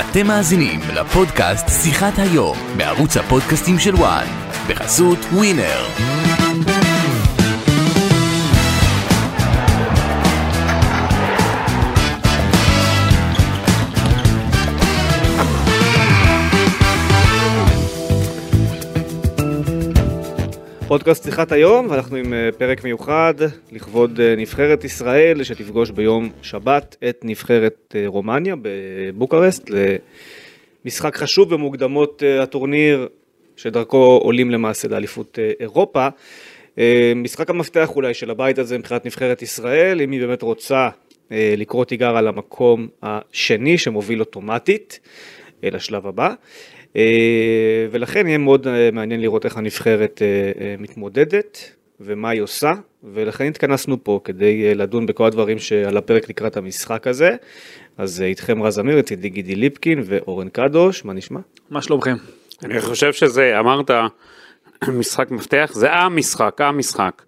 אתם מאזינים לפודקאסט שיחת היום בערוץ הפודקאסטים של וואן בחסות ווינר. פודקאסט שיחת היום, ואנחנו עם אה, פרק מיוחד לכבוד אה, נבחרת ישראל, שתפגוש ביום שבת את נבחרת אה, רומניה בבוקרשט, למשחק חשוב במוקדמות אה, הטורניר, שדרכו עולים למעשה לאליפות אה, אירופה. אה, משחק המפתח אולי של הבית הזה מבחינת נבחרת ישראל, אם היא באמת רוצה אה, לקרוא תיגר על המקום השני שמוביל אוטומטית אה, לשלב הבא. אה, ולכן יהיה מאוד אה, מעניין לראות איך הנבחרת אה, אה, מתמודדת ומה היא עושה, ולכן התכנסנו פה כדי אה, לדון בכל הדברים שעל הפרק לקראת המשחק הזה. אז אה, איתכם רז אמיר, אצלי גידי ליפקין ואורן קדוש, מה נשמע? מה שלומכם? אני חושב שזה, אמרת, משחק מפתח, זה המשחק, המשחק.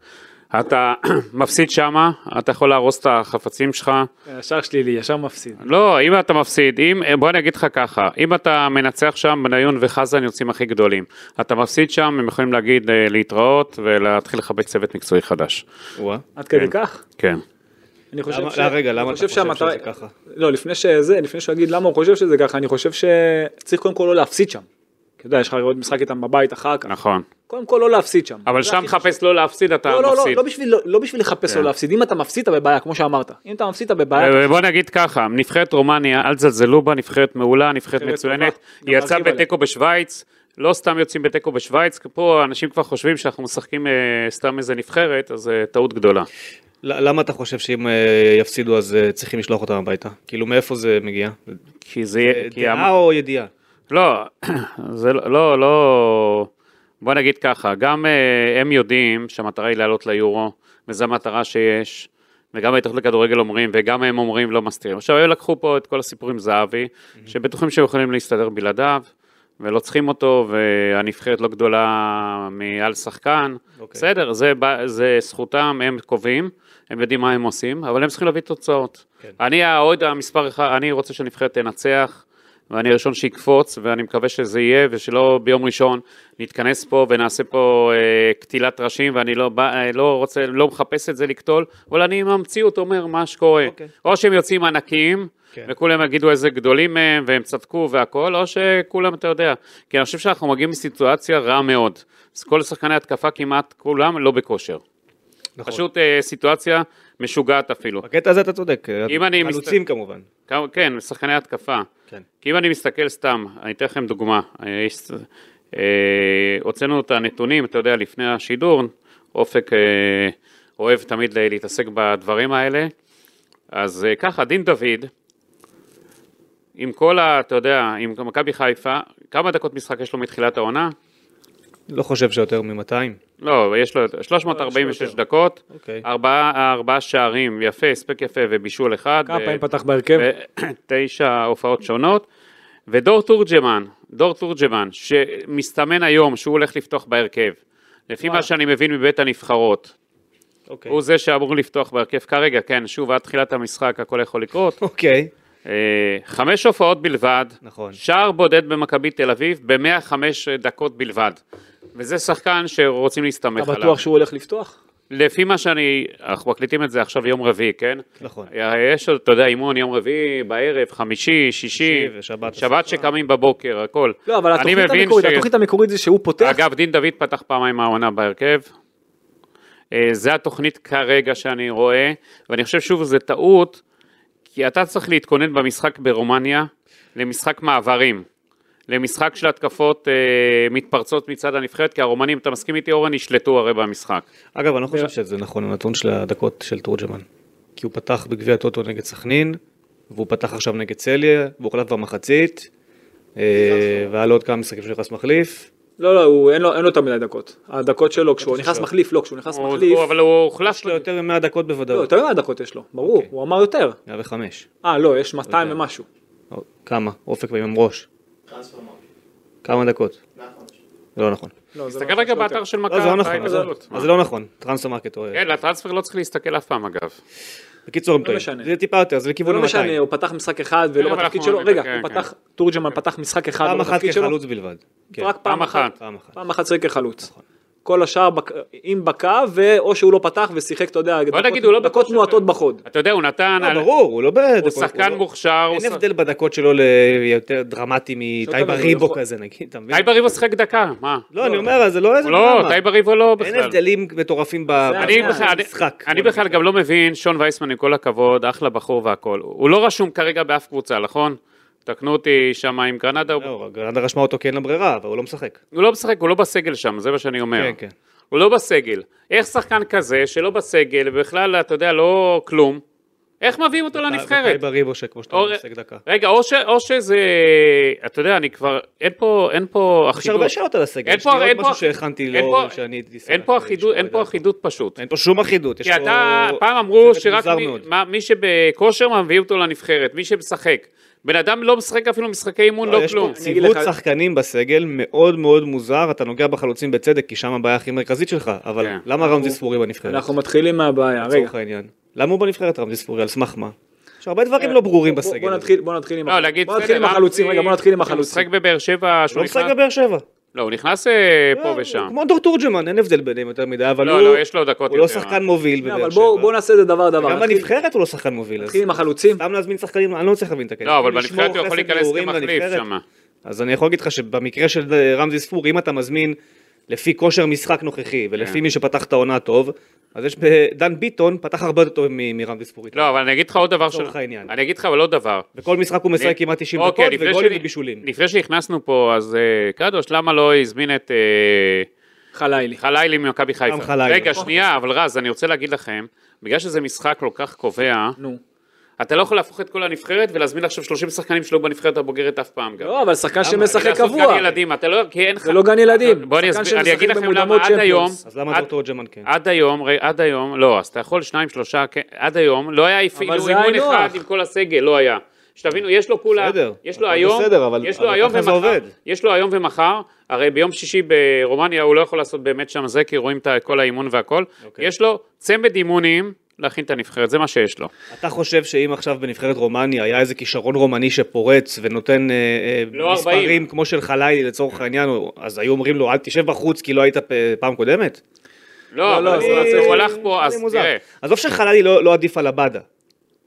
אתה מפסיד שמה, אתה יכול להרוס את החפצים שלך. ישר שלילי, ישר מפסיד. לא, אם אתה מפסיד, אם, בוא אני אגיד לך ככה, אם אתה מנצח שם, בניון וחזן יוצאים הכי גדולים. אתה מפסיד שם, הם יכולים להגיד אה, להתראות ולהתחיל לחבק צוות מקצועי חדש. וואה. עד כדי כך? כן. אני חושב למה- ש... לא, רגע, למה אני אתה חושב שהמטרה- שזה ככה? לא, לפני שזה, לפני שהוא יגיד למה הוא חושב שזה ככה, אני חושב שצריך קודם כל לא להפסיד שם. אתה יודע, יש לך לראות משחק איתם בבית אחר כך. נכון. קודם כל לא להפסיד שם. אבל זה שם הכי חשוב. חפש לא להפסיד, אתה לא, לא, לא, מפסיד. כן. לא בשביל- לא בשביל לחפש לא להפסיד. אם אתה מפסיד, אתה בבעיה, כמו שאמרת. אם אתה מפסיד, אתה בבעיה. אה, בוא נגיד ככה, נבחרת רומניה, אל תזלזלו בה, נבחרת מעולה, נבחרת נבחרת מצוינת, טובה, גם היא יצאה להרחיב עליה. בתיקו בשוויץ, לא סתם יוצאים בתיקו בשוויץ, פה אנשים כבר חושבים שאנחנו משחקים אה, סתם איזה נבחרת, אז אה, טעות גדולה. ל- למה אתה חושב שאם אה, יפסידו אז אה, צריכים לשלוח אותם הביתה? כאילו מאיפה זה מגיע? אה, כי זה יהיה, אה, כי דעה המ- או ידיעה? לא, זה לא- לא, לא, בוא נגיד ככה, גם אה, הם יודעים שהמטרה היא לעלות ליורו, וזו המטרה שיש. וגם ההתאחדות לכדורגל אומרים, וגם הם אומרים לא מסתירים. עכשיו, הם לקחו פה את כל הסיפור עם זהבי, שבטוחים שהם יכולים להסתדר בלעדיו, ולא צריכים אותו, והנבחרת לא גדולה מעל שחקן. אוקיי. בסדר, זה, בא- זה זכותם, הם קובעים, הם יודעים מה הם עושים, אבל הם צריכים להביא תוצאות. כן. אני האוהד המספר אחד, אני רוצה שהנבחרת תנצח, ואני הראשון שיקפוץ, ואני מקווה שזה יהיה, ושלא ביום ראשון נתכנס פה ונעשה פה אה, קטילת ראשים, ואני לא, בא, אה, לא רוצה, לא מחפש את זה לקטול, אבל אני ממציא אותו, אומר מה שקורה. אוקיי. או שהם יוצאים ענקיים, כן. וכולם יגידו איזה גדולים הם, והם צדקו והכול, או שכולם, אתה יודע. כי אני חושב שאנחנו מגיעים מסיטואציה רעה מאוד. אז כל שחקני התקפה כמעט, כולם לא בכושר. נכון. פשוט אה, סיטואציה משוגעת אפילו. בקטע הזה אתה צודק, אה, אם אני מסת- חלוצים כמובן. כמה- כן, שחקני התקפה. כן. כי אם אני מסתכל סתם, אני אתן לכם דוגמה. אה, יש- אה, הוצאנו את הנתונים, אתה יודע, לפני השידור, אופק אה, אוהב תמיד ל- להתעסק בדברים האלה. אז אה, ככה, דין דוד, עם כל ה... אתה יודע, עם מכבי חיפה, כמה דקות משחק יש לו מתחילת העונה? לא חושב שיותר מ-200. לא, יש לו 346 דקות, אוקיי. ארבעה ארבעה שערים, יפה, הספק יפה ובישול אחד. אה, כמה ו- פעמים פתח בהרכב? בתשע הופעות שונות. ודור תורג'מן, דור תורג'מן, שמסתמן היום שהוא הולך לפתוח בהרכב. לפי מה שאני מבין מבית הנבחרות, אוקיי. כן. הוא זה שאמור לפתוח בהרכב כרגע, כן, שוב, עד תחילת המשחק הכל יכול לקרות. נכון. אוקיי. אה, חמש הופעות בלבד, נכון. שער בודד במכבי תל אביב, ב-105 דקות בלבד. וזה שחקן שרוצים להסתמך אתה עליו. בטוח שהוא הולך לפתוח? לפי מה שאני, אנחנו מקליטים את זה עכשיו יום רביעי, כן? נכון. יש עוד, אתה יודע, אימון יום רביעי, בערב, חמישי, שישי, ושבת. שבת שקמים בבוקר, הכל. לא, אבל אני התוכנית מבין המקורית, ש- התוכנית המקורית זה שהוא פותח. אגב, דין דוד פתח פעמיים העונה בהרכב. אה, זה התוכנית כרגע שאני רואה, ואני חושב שוב, זה טעות, כי אתה צריך להתכונן במשחק ברומניה למשחק מעברים. למשחק של התקפות אה, מתפרצות מצד הנבחרת, כי הרומנים, אתה מסכים איתי אורן, ישלטו הרי במשחק. אגב, אני לא חושב שזה נכון הנתון של הדקות של תורג'מן. כי הוא פתח בגביע הטוטו נגד סכנין, והוא פתח עכשיו נגד צליה, והוא הוחלף במחצית, אה, והיה לו עוד כמה משחקים שהוא נכנס מחליף. לא, לא, הוא- אין לו- אין לו יותר מדי דקות. הדקות שלו, כשהוא נכנס מחליף, לא, כשהוא נכנס הוא- מחליף. הוא- אבל הוא הוחלף יש לו יותר מ-100 דקות לא, בוודאות. יותר מדי דקות יש לו, אוקיי. ברור, הוא אמר יותר. 105. אה, לא, יש 200 ומשהו. או- כמה? אופק ועם ראש. כמה דקות? לא נכון. לא, זה תסתכל רגע באתר של לא, זה מכבי אה, כן, לא נכון. אז- בהתנזלות. אז זה לא נכון. טרנספר מרקט. כן, לטרנספר לא צריך להסתכל אף פעם אגב. בקיצור, הם לא טועים. משנה. זה טיפה יותר, זה זה לכיוון לא משנה, ה-200. הוא פתח משחק אחד כן, ולא אבל בתפקיד אנחנו שלו, רגע, כן, הוא כן. פתח, תורג'מן פתח משחק אחד פעם לא אחת בתפקיד שלו, כחלוץ בלבד. כן. רק פעם פעם אחת, אחת. פעם אחת. נכון. פעם אחת שיחק כחלוץ. כל השאר בק- עם בקו, ואו שהוא לא פתח ושיחק, אתה יודע, דקות- נגיד, הוא לא דקות בכושר. מועטות בחוד. אתה יודע, הוא נתן... לא, על- ברור, הוא לא בדקות. הוא שחקן לא- מוכשר. הוא אין שח- הבדל בדקות שלו ליותר דרמטי תמיד, מטייבה הוא ריבו יכול- כזה נגיד, אתה מבין? טייב בריבו שיחק דקה, מה? לא, אני אומר, זה לא איזה הוא לא, דרמה. טייב בריבו לא אין בכלל. הבדלים מטורפים ב- זה אני אה, בכלל, אני- במשחק. אני בכלל גם לא מבין, שון וייסמן עם כל הכבוד, אחלה בחור והכל. הוא לא רשום כרגע באף קבוצה, נכון? תקנו אותי שם עם גרנדה, הוא- לא, גרנדה רשמה אותו כי אין לה ברירה, אבל הוא לא משחק. הוא לא משחק, הוא לא בסגל שם, זה מה שאני אומר. כן, כן. הוא לא בסגל. איך שחקן כזה, שלא בסגל, ובכלל, אתה יודע, לא כלום, איך מביאים אותו לנבחרת? טייבה אה, ריבו שכמו שאתה לא אור- אומר, משחק דקה. רגע, או, ש, או שזה, אתה יודע, אני כבר, אין פה, אין פה יש אחידות. הרבה שאלות על הסגל. אין יש פה- לי עוד אין פה- משהו שהכנתי אין לאורן פה- שאני הייתי שמח אין פה לשמוע אחידות, אין את פה דעתו. אחידות פשוט. אין פה שום אחידות. יש כי אתה, פה- פעם אמרו צוות שרק מוזר מי, מאוד. מה, מי שבכושר מה, מביא אותו לנבחרת, מי שמשחק. בן אדם לא משחק אפילו משחקי אימון, לא, יש כלום. פה אני אגיד ציוות לך- שחקנים בסגל מאוד מאוד מוזר, אתה נוגע בחלוצים בצדק, כי שם הבעיה הכי מרכזית שלך, אבל כן. למה רמזי ספורי בנבחרת? אנחנו מתחילים מהבעיה, רגע. לצורך העניין. למה הוא בנבחרת רמזי ספורי? על סמך מה? יש הרבה דברים לא ברורים כן. בוא- בסגל. בוא הזה. נתחיל, בוא נתחיל עם לא, להגיד, בוא נתחיל עם בסדר, החלוצים, רמזי- רגע, בוא נתחיל עם הוא משחק החלוצים. בבאר שבע, הוא שהוא לא משחק נכנס, בבאר שבע. לא, הוא נכנס אה, פה הוא- ושם. כמו דור תורג'מן, אין הבדל ביניהם יותר מדי, אבל לא, הוא... לא, יש לו דקות הוא לא יותר. שחקן מוביל שנייה, בבאר אבל שבע. בוא בוא נעשה את זה דבר דבר. גם נתחיל- בנבחרת הוא לא שחקן מוביל. אז נתחיל עם החלוצים. סתם להזמין שחקנים, אני לא מצליח להבין את הקטע. לא, אבל לשמור בנבחרת הוא יכול חסד להיכנס נעורים כמחליף לנבחרת. שם. אז אני יכול להגיד לך שבמקרה של אה, רמזי ספורי, אם אתה מזמין לפי כושר משחק נוכחי ולפי כן. מי שפתח את העונה טוב, אז יש ב- דן ביטון פתח הרבה יותר טוב מ- מרמזי ספורי. לא, אבל אני אגיד לך עוד דבר ש... לצורך העניין. אני אגיד לך אבל עוד דבר. בכל משחק הוא אני- משחק כמעט 90 אוקיי, דקות לפני וגולים שנ- ובישולים. לפני שנכנסנו פה, אז אה, קדוש, למה לא הזמין את אה, חלילי. חלילי ממכבי חיפה? גם חלילי. רגע, שנייה, אבל רז, אני רוצה להגיד לכם, בגלל שזה משחק כל כך קובע, נו. אתה לא יכול להפוך את כל הנבחרת ולהזמין עכשיו 30 שחקנים שלא בנבחרת הבוגרת אף פעם גם. לא, אבל שחקן למה? שמשחק לעשות קבוע. גן ילדים, אתה לא, כי אין לך... זה לא גן ילדים. בוא אני שחקן אסביר, אני שמשחק אגיד לכם במוקדמות למה עד צ'מפיונס. היום, אז למה עד- דור תורג'מן כן? עד היום, ר- עד היום, לא, אז אתה יכול שניים, שלושה, כן, עד היום, לא היה אפילו זה אימון היינו אחד הך. עם כל הסגל, לא היה. שתבינו, יש לו כולה, בסדר, יש לו הכל היום, בסדר, אבל- יש לו אבל היום ככה זה ומחר, עובד. יש לו היום ומחר, הרי ביום שישי ברומניה הוא לא יכול לעשות באמת שם זה, כי רואים את ה- כל האימון והכל, אוקיי. יש לו צמד אימונים להכין את הנבחרת, זה מה שיש לו. אתה חושב שאם עכשיו בנבחרת רומניה היה איזה כישרון רומני שפורץ ונותן אה, אה, לא מספרים 40. כמו של חלילי לצורך העניין, הוא- אז היו אומרים לו אל תשב בחוץ כי לא היית פ- פעם קודמת? לא, לא, אבל זה לא הוא- צריך. הוא הלך פה, נראה לי אז מוזר. תראה, עזוב שחללי לא לא עדיף על עבדה.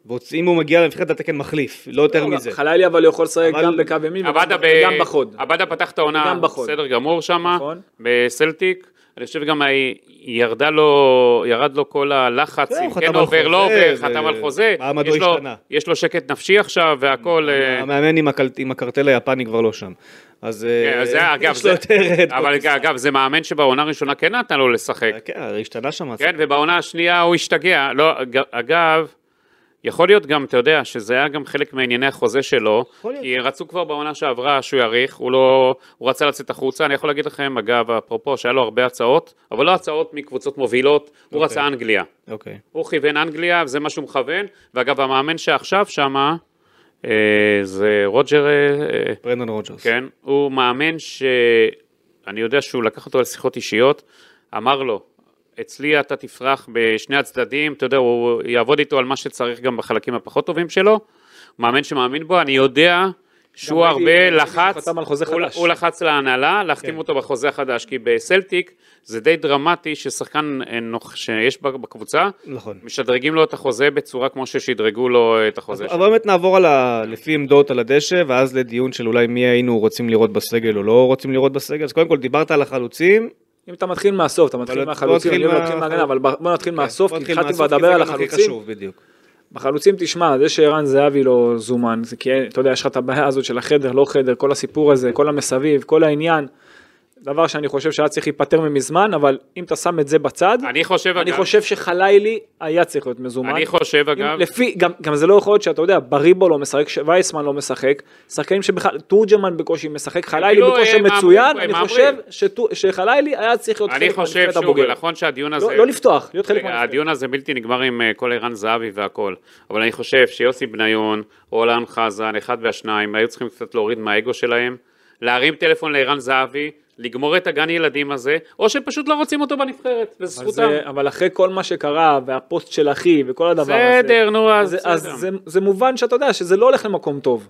והוצ- אם הוא מגיע לנבחרת התקן מחליף, לא יותר לא, מזה. חלילי אבל יכול לשחק אבל- גם בקו ימין וגם עבדה ב... גם בחוד. עבדה פתח את העונה, גם בחוד. בסדר גמור שם, נכון. בסלטיק. אני חושב גם ה- ירדה לו, ירד לו כל הלחץ, כן, אם הוא חתם כן על עובר, לא חוזה, עובר, ו- חתם על חוזה. מעמדו יש לו- השתנה. יש לו שקט נפשי עכשיו והכל... אה, המאמן עם הקל- עם הקרטל היפני כבר לא שם. אז אה, כן, זה אגב, יש לו זה... יותר... את- אבל אגב, זה מאמן שבעונה הראשונה כן נתן לו לשחק. כן, הרי השתנה שם. כן, ובעונה השנייה הוא השתגע. לא, אג- אגב, יכול להיות גם, אתה יודע, שזה היה גם חלק מענייני החוזה שלו, יכול להיות. כי רצו כבר בעונה שעברה שהוא יאריך, הוא לא... הוא רצה לצאת החוצה. אני יכול להגיד לכם, אגב, אפרופו, שהיה לו הרבה הצעות, אבל לא הצעות מקבוצות מובילות, הוא אוקיי. רצה אנגליה. אוקיי. הוא כיוון אנגליה, זה מה שהוא מכוון, ואגב, המאמן שעכשיו שמה, אה, זה רוג'ר... אה, ברנדון רוג'רס. כן, הוא מאמן שאני יודע שהוא לקח אותו לשיחות אישיות, אמר לו, אצלי אתה תפרח בשני הצדדים, אתה יודע, הוא יעבוד איתו על מה שצריך גם בחלקים הפחות טובים שלו, מאמן שמאמין בו, אני יודע שהוא ראיתי- הרבה ראיתי שהוא לחץ, חתם על חוזה הוא, חדש. כן. הוא לחץ להנהלה להחתים אותו בחוזה החדש, כי בסלטיק זה די דרמטי ששחקן אה, נוח- שיש בקבוצה, נכון. משדרגים לו את החוזה בצורה כמו ששדרגו לו את החוזה שלו. אבל באמת נעבור על ה... לפי עמדות על הדשא, ואז לדיון של אולי מי היינו רוצים לראות בסגל או לא רוצים לראות בסגל. אז קודם כל דיברת על החלוצים, אם אתה מתחיל מהסוף, אתה מתחיל בוא מהחלוצים, נתחיל אני לא מה- כן, מתחיל מהגנה, אבל בוא נתחיל מהסוף, בוא כי נתחיל התחלתי מהסוף, כבר כי לדבר זה על גם הכי החלוצים. חשוב, בדיוק. בחלוצים תשמע, זה שערן זהבי לא זומן, זה כי אתה יודע, יש לך את הבעיה הזאת של החדר, לא חדר, כל הסיפור הזה, כל המסביב, כל העניין. דבר שאני חושב שהיה צריך להיפטר ממזמן, אבל אם אתה שם את זה בצד, אני חושב, אני אגב, חושב שחלילי היה צריך להיות מזומן. אני אם חושב, אגב, לפי, גם, גם זה לא יכול להיות שאתה יודע, בריבו לא משחק, ש- וייסמן לא משחק, שחקנים שבכלל, תורג'מן בקושי משחק, חלילי אפילו, בקושי אה, מאמרי, מצוין, אה, אני מאמרי. חושב שטו- שחלילי היה צריך להיות אני חלק חושב, מהנבחרת שוב, הבוגרת. נכון שהדיון הזה... לא לא לפתוח, להיות חלק רגע, מהנבחרת. הדיון הזה בלתי נגמר עם אה, כל ערן זהבי והכל, אבל אני חושב שיוסי בניון, או אלן חזן, אחד והשניים, היו צריכים קצת להוריד מהאגו שלהם, להרים טלפון לערן זהבי, לגמור את הגן ילדים הזה, או שהם פשוט לא רוצים אותו בנבחרת, וזו אבל, זכותם. זה, אבל אחרי כל מה שקרה, והפוסט של אחי, וכל הדבר הזה, בסדר, נו, אז... אז, אז בסדר. זה, זה מובן שאתה יודע שזה לא הולך למקום טוב.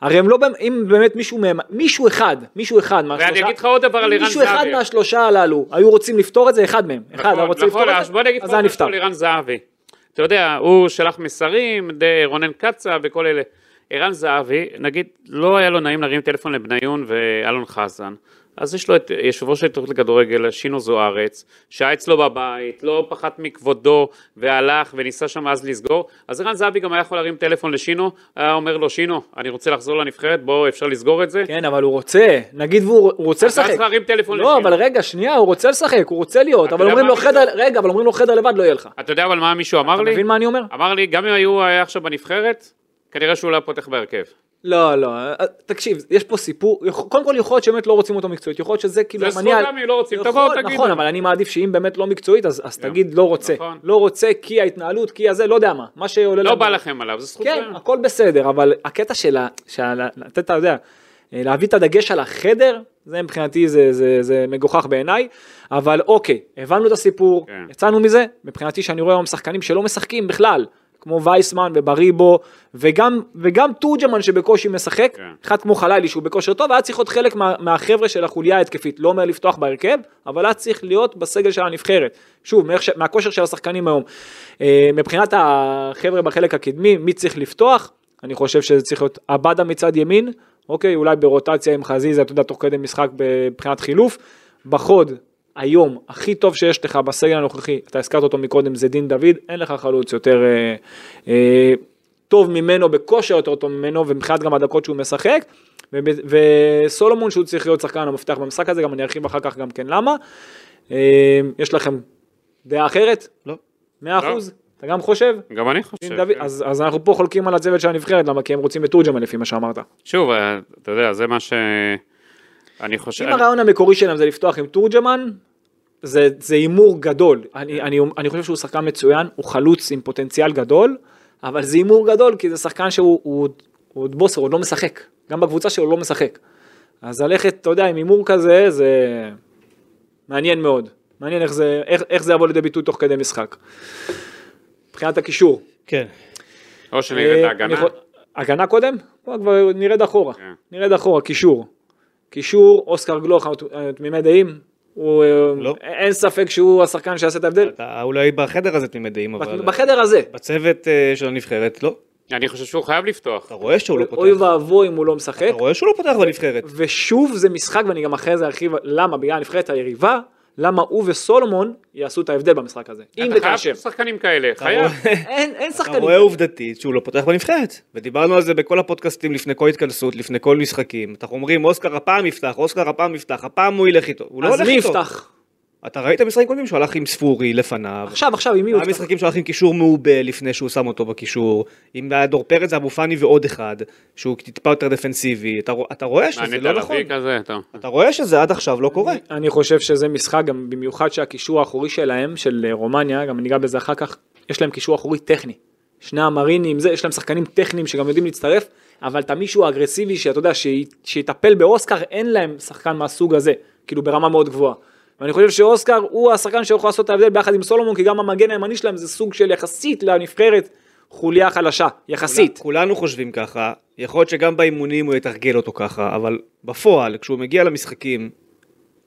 הרי הם לא, באמת- אם באמת מישהו מהם, מישהו אחד, מישהו אחד מהשלושה, אגיד לך עוד דבר על אם ערן מישהו אחד זהבי. נכון, מהשלושה הללו היו רוצים לפתור את זה, אחד מהם, אחד היה אה, רוצה לפתור את אז בוא זה, נגיד אז זה היה פה משהו נפתר. על ערן זהבי. אתה יודע, הוא שלח מסרים, די רונן קצה וכל אלה. ערן זהבי, נגיד, לא היה לו נעים להרים טלפון לבניון ואלון חזן. אז יש לו את יושב ראש ההתאחדות לכדורגל, שינו זוארץ, שהיה אצלו בבית, לא פחת מכבודו, והלך וניסה שם אז לסגור. אז ערן זהבי גם היה יכול להרים טלפון לשינו, היה אומר לו, שינו, אני רוצה לחזור לנבחרת, בוא, אפשר לסגור את זה? כן, אבל הוא רוצה, נגיד והוא הוא רוצה אז לשחק. צריך להרים טלפון לא, לשינו. אבל רגע, שנייה, הוא רוצה לשחק, הוא רוצה להיות, אתה אבל יודע אומרים מה לו אני- חדר, רגע, אבל אומרים לו חדר לבד לא יהיה לך. אתה יודע אבל מה מישהו אמר אתה לי? מבין מה אני אומר? אמר לי, גם אם היו היה עכשיו בנבחרת, כנראה שהוא לא היה פותח בהרכב. לא, לא, אה, תקשיב, יש פה סיפור, יכ- קודם כל יכול להיות שבאמת לא רוצים אותו מקצועית, יכול להיות שזה כאילו זה המניע- זכותם, אם לא רוצים, יכול- תבואו, תגידו. נכון, אבל אני מעדיף שאם באמת לא מקצועית, אז אז תגיד לא רוצה. נכון. לא רוצה כי ההתנהלות, כי הזה, לא יודע מה, מה שעולה... לא לנו- בא לכם עליו, זה זכותכם. כן, הכל בסדר, אבל הקטע של ה... של ה- לתת, אתה יודע, אה, להביא את הדגש על החדר, זה מבחינתי, זה, זה, זה מגוחך בעיניי, אבל אוקיי, הבנו את הסיפור, כן. יצאנו מזה, מבחינתי שאני רואה היום שחקנים שלא משחקים בכלל, כמו וייסמן ובריבו, וגם, וגם תורג'מן שבקושי משחק, כן. אחד כמו חלילי שהוא בכושר טוב, היה צריך להיות חלק מה, מהחבר'ה של החוליה ההתקפית, לא אומר לפתוח בהרכב, אבל היה צריך להיות בסגל של הנבחרת. שוב, מאיך ש, מהכושר של השחקנים היום. אה, מבחינת החבר'ה בחלק הקדמי, מי צריך לפתוח? אני חושב שזה צריך להיות עבדה מצד ימין, אוקיי, אולי ברוטציה עם חזיזה, אתה יודע, תוך כדי משחק מבחינת חילוף. בחוד, היום, הכי טוב שיש לך בסגל הנוכחי, אתה הזכרת אותו מקודם, זה דין דוד, אין לך חלוץ יותר... אה, אה, טוב ממנו, בכושר יותר טוב ממנו, ומבחינת גם הדקות שהוא משחק. וב- וסולומון שהוא צריך להיות שחקן המפתח במשחק הזה, גם אני ארחיב אחר כך גם כן למה. אה, יש לכם דעה אחרת? לא. 100%? אתה גם חושב? גם אני חושב. דין דוד, כן. אז, אז אנחנו פה חולקים על הצוות של הנבחרת, למה? כי הם רוצים את תורג'מן לפי מה שאמרת. שוב, אה, אתה יודע, זה מה ש... אני חושב... אם הרעיון המקורי שלהם זה לפתוח עם תורג'מן, זה זה הימור גדול. אני, אני, אני חושב שהוא שחקן מצוין, הוא חלוץ עם פוטנציאל גדול, אבל זה הימור גדול כי זה שחקן שהוא הוא, הוא עוד בוסר, הוא עוד לא משחק. גם בקבוצה שלו הוא לא משחק. אז ללכת, אתה יודע, עם הימור כזה, זה מעניין מאוד. מעניין איך זה, איך, איך זה יבוא לידי ביטוי תוך כדי משחק. מבחינת הקישור. כן. או שנראה את אה, ההגנה. אני יכול- הגנה קודם? בוא, כבר נרד אחורה. כן. נרד אחורה, קישור. קישור, אוסקר גלוך, אנחנו תמימי דעים. הוא, אה, לא. אין ספק שהוא השחקן שיעשה את ההבדל. אתה אולי בחדר הזה תמימי דעים, אבל... בחדר הזה. בצוות אה, של הנבחרת, לא. אני חושב שהוא חייב לפתוח. אתה רואה שהוא לא אוי פותח. ואבוי אם הוא לא משחק. אתה רואה שהוא לא פותח בנבחרת. ושוב זה משחק, ואני גם אחרי זה ארחיב למה, בגלל הנבחרת היריבה, למה הוא וסולומון יעשו את ההבדל במשחק הזה. אם אתה וכאשר. חייב שחקנים כאלה, אתה חייב. רואה- אין אין אתה שחקנים. רואה עובדתית שהוא לא פותח בנבחרת. ודיברנו על זה בכל הפודקאסטים לפני כל התכנסות, לפני כל משחקים. אנחנו אומרים, אוסקר הפעם יפתח, אוסקר הפעם יפתח, הפעם הוא ילך איתו. הוא לא אז הולך מי איתו. יפתח? אתה ראית משחקים קודמים שהוא הלך עם ספורי לפניו. עכשיו, עכשיו, עם מי הוא היה יפתח? משחקים שהוא הלך עם קישור מעובה לפני שהוא שם אותו בקישור. עם דור פרץ, אבו פאני ועוד אחד, שהוא טיפה יותר דפנסיבי. אתה רוא- אתה רואה שזה מעניין לא תל נכון. אביב כזה, טוב. אתה רואה שזה עד עכשיו לא קורה. אני חושב שזה משחק, גם במיוחד שהקישור האחורי שלהם, של אה, רומניה, גם ניגע בזה אחר כך, יש להם קישור אחורי טכני. שני המרינים, זה, יש להם שחקנים טכניים שגם יודעים להצטרף, אבל את המישהו האגרסיבי שאתה יודע, שי- שיטפל באוסקר, אין להם שחקן מהסוג הזה, כאילו ברמה מאוד גבוהה. ואני חושב שאוסקר הוא השחקן שיכול לעשות את ההבדל ביחד עם סולומון, כי גם המגן הימני שלהם זה סוג של יחסית לנבחרת חוליה חלשה, יחסית. כולנו חושבים ככה, יכול להיות שגם באימונים הוא יתרגל אותו ככה, אבל בפועל, כשהוא מגיע למשחקים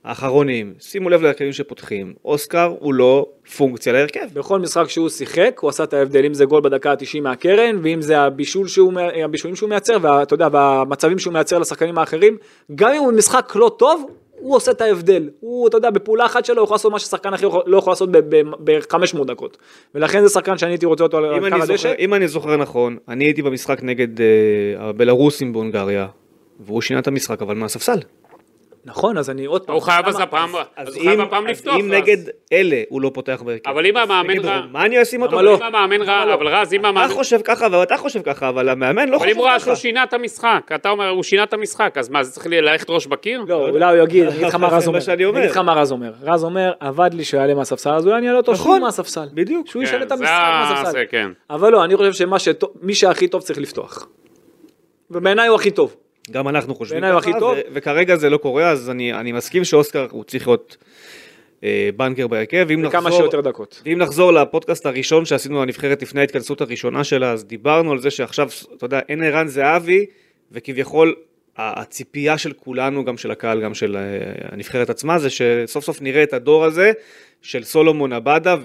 האחרונים, שימו לב להרכבים שפותחים, אוסקר הוא לא פונקציה להרכב. בכל משחק שהוא שיחק, הוא עשה את ההבדל, אם זה גול בדקה ה-90 מהקרן, ואם זה הבישול שהוא, מא- הבישולים שהוא מייצר, ואתה יודע, והמצבים שהוא מייצר לשחקנים האחרים, גם אם הוא משחק לא טוב, הוא עושה את ההבדל. הוא, אתה יודע, בפעולה אחת שלו, הוא יכול לעשות מה ששחקן אחר לא יכול לעשות ב-500 דקות. ולכן זה שחקן שאני הייתי רוצה אותו על אם על אני, קו זוכר, הדשא. אם אני זוכר נכון, אני הייתי במשחק נגד אה, הבלארוסים בהונגריה, והוא שינה את המשחק, אבל מהספסל. נכון, אז אני עוד פעם. הוא חייב למה- אז הפעם, אז אז הוא חייב אם, הפעם אז לפתוח. אם אז. נגד אלה הוא לא פותח בהרכב, אבל אם אז המאמן נגד רע- רומניה ישים אותו? למה לא? אם המאמן רע, אבל רז, אם המאמן... אתה חושב ככה ואתה חושב ככה, אבל המאמן לא אבל חושב אם הוא ראה ככה. שהוא שינה את המשחק, אתה אומר, הוא שינה את המשחק, אז מה, זה צריך ללכת ראש בקיר? לא, אולי הוא יגיד, אני אגיד לך מה זה רז מה אומר. שאני אומר. אני אגיד לך מה רז אומר. רז אומר, עבד לי שהוא יעלה מהספסל, אז הוא יעלה אותו שוב נכון, מהספסל. בדיוק. שהוא כן, ישנה את זה המשחק ה- מהספסל. זה, כן. אבל לא, אני חושב שמה שטוב, מי שהכי טוב צריך לפתוח. ובעיניי הוא הכי טוב. גם אנחנו חושבים בעיניי הוא הכי ככה, טוב. ו- וכרגע זה לא קורה, אז אני, אני מסכים שאוסקר הוא צריך להיות אה, בנקר בהרכב. אם וכמה נחזור- שיותר דקות. ואם נחזור לפודקאסט הראשון שעשינו לנבחרת לפני ההתכנסות הראשונה שלה, אז דיברנו על זה שעכשיו, אתה יודע, אין ערן זהבי, וכביכול ה- הציפייה של כולנו, גם של הקהל, גם של אה, הנבחרת עצמה, זה שסוף סוף נראה את הדור הזה של סולומון עבדה,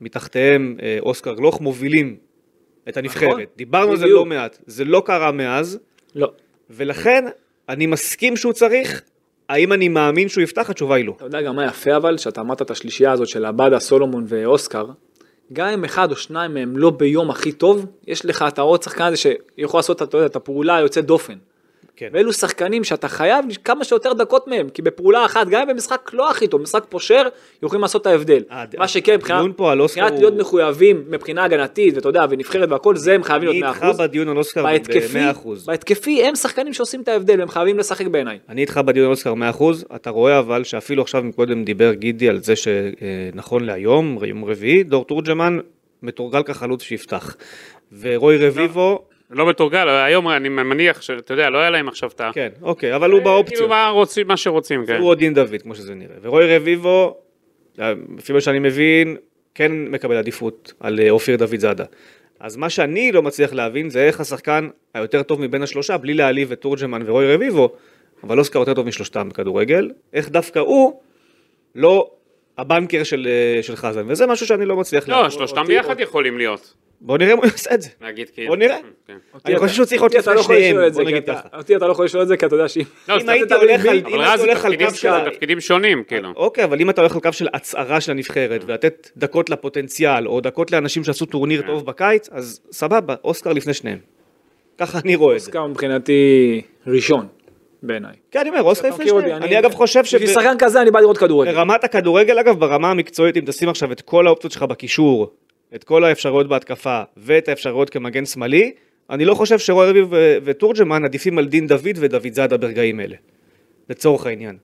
ומתחתיהם אה, אוסקר גלוך, מובילים את הנבחרת. נכון, דיברנו על זה בדיוק. לא מעט, זה לא קרה מאז, לא. ולכן אני מסכים שהוא צריך, האם אני מאמין שהוא יפתח? התשובה היא לא. אתה יודע גם מה יפה אבל, שאתה אמרת את השלישייה הזאת של עבדה, סולומון ואוסקר, גם אם אחד או שניים מהם לא ביום הכי טוב, יש לך את העוד שחקן הזה שיכול לעשות אתה יודע, את הפעולה היוצאת דופן. כן. ואלו שחקנים שאתה חייב כמה שיותר דקות מהם, כי בפעולה אחת, גם אם במשחק לא הכי טוב, משחק פושר, יכולים לעשות את ההבדל. הד- מה שכן, מבחינת הדיון פה על אוסקר מבחינת הוא- להיות מחויבים, מבחינה הגנתית, ואתה יודע, ונבחרת והכל, זה הם חייבים אני להיות 100%. איתך בדיון על אוסקר בהתקפי, ב-100%. בהתקפי הם שחקנים שעושים את ההבדל, הם חייבים לשחק בעיניי. אני איתך בדיון אוסקר 100%, אתה רואה אבל שאפילו עכשיו מקודם דיבר גידי על זה שנכון להיום, יום רביעי, דור תורג'מן מתורגל כחלוץ שיפתח. ורוי רביבו, לא מתורגל, היום אני מניח שאתה יודע, לא היה להם עכשיו את ה... כן, אוקיי, אבל הוא כאילו באופציות. מה רוצים, מה שרוצים, כן. הוא עוד דין דוד, כמו שזה נראה. ורוי רביבו, אה, לפי מה שאני מבין, כן מקבל עדיפות על אה, אופיר דוד זאדה. אז מה שאני לא מצליח להבין זה איך השחקן היותר טוב מבין השלושה, בלי להעליב את תורג'מן ורוי רביבו, אבל אוסקר יותר טוב משלושתם בכדורגל, איך דווקא הוא לא הבנקר של, אה, של חזן, וזה משהו שאני לא מצליח לא, שלושתם אותי- ביחד יכולים להיות. בואו נראה אם הוא יעשה את זה. נגיד כאילו. בוא נראה. כן. אני אותי חושב אתה- שהוא צריך להיות אותי אתה לפני לא יכול לשאול שניהם, את זה, בוא כי נגיד אתה- ככה. אותי אתה לא יכול לשאול את זה, כי אתה יודע שאם... לא, אם סתם- הייתי אתה הולך על- מבין- אם אבל הייתי רז, הולך על תפקידים- קו של... זה תפקידים שונים, כאילו. אוקיי, אבל אם אתה הולך על קו של הצהרה של Mm. הנבחרת, ולתת דקות לפוטנציאל, או דקות לאנשים שעשו Mm. טורניר טוב בקיץ, אז סבבה, אוסקר לפני שניהם. ככה אני רואה את זה. אוסקר מבחינתי ראשון בעיניי. כן, אני אומר, אוסקר אתה לפני מכיר אותי, שניהם. אני אגב חושב בשביל שחקן כזה אני בא לראות כדורגל. שברמת הכדורגל, אגב, ברמה המקצועית, אם תשים עכשיו את כל האופציות שלך בקישור, את כל האפשרויות בהתקפה, ואת האפשרויות כמגן שמאלי, אני לא חושב שרוי רביב ו- ותורג'מן עדיפים על דין דוד ודוד זאדה ברגעים אלה. לצורך העניין.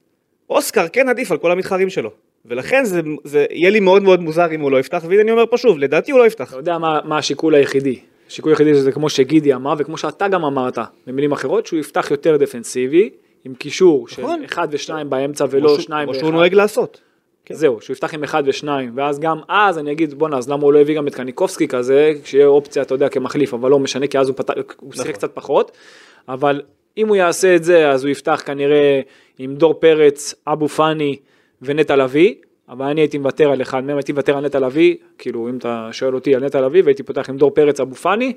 אוסקר כן עדיף על כל המתחרים שלו. ולכן זה, זה יהיה לי מאוד מאוד מוזר אם הוא לא יפתח, והנה אני אומר פה שוב, לדעתי הוא לא יפתח. אתה יודע מה מה השיקול היחידי. השיקול היחידי זה כמו שגידי אמר, וכמו שאתה גם אמרת, במילים אחרות, שהוא יפתח יותר דפנסיבי, עם קישור של נכון. אחד ושניים באמצע כמו ולא שהוא- שניים כמו ואחד. שהוא נוהג לעשות. כן. זהו, שהוא יפתח עם אחד ושניים, ואז גם אז אני אגיד, בואנה, אז למה הוא לא הביא גם את קניקובסקי כזה, כשיהיה אופציה, אתה יודע, כמחליף, אבל לא משנה, כי אז הוא, פת... הוא נכון. שיחק קצת פחות, אבל אם הוא יעשה את זה, אז הוא יפתח כנראה עם דור פרץ, אבו פאני ונטע לביא, אבל אני הייתי מוותר על אחד מהם, הייתי מוותר על נטע לביא, כאילו, אם אתה שואל אותי על נטע לביא, והייתי פותח עם דור פרץ, אבו פאני,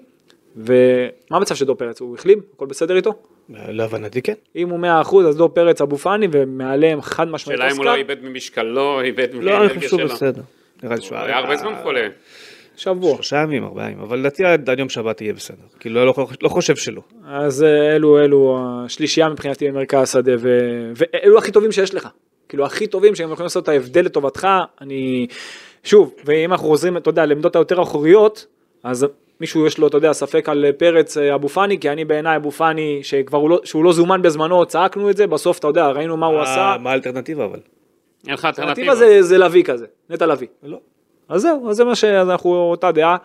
ומה המצב של דור פרץ? הוא החלים? הכל בסדר איתו? להבנתי כן. אם הוא 100% אז דור פרץ, אבו פאני, ומעליהם חד משמעית השאלה אם הוא אוסקר. לא איבד ממשקלו, איבד לא, אני מהאנרגיה חושב שהוא שלו. בסדר. נראה לי שהוא אה, הוא היה הרבה זמן חולה. שבוע. שלושה ימים, ארבעה ימים, אבל לדעתי עד עד יום שבת יהיה בסדר. כאילו, לא- לא חושב שלא. אז אה, אלו אלו השלישייה מבחינתי במרכז השדה ו... ואלו הכי טובים שיש לך. כאילו הכי טובים שהם יכולים לעשות את ההבדל לטובתך אני שוב ואם אנחנו חוזרים אתה יודע לעמדות היותר אחוריות אז מישהו יש לו אתה יודע ספק על אה, פרץ אה, אבו פאני כי אני בעיניי אבו פאני שכבר הוא לא, שהוא לא זומן בזמנו צעקנו את זה בסוף אתה יודע ראינו מה הוא מה- עשה. אה, מה האלטרנטיבה אבל? אין לך הנתיב אלטרנטיבה. הזה זה לביא כזה נטע לביא. לא. אז זהו, אז זה מה שאנחנו אותה דעה,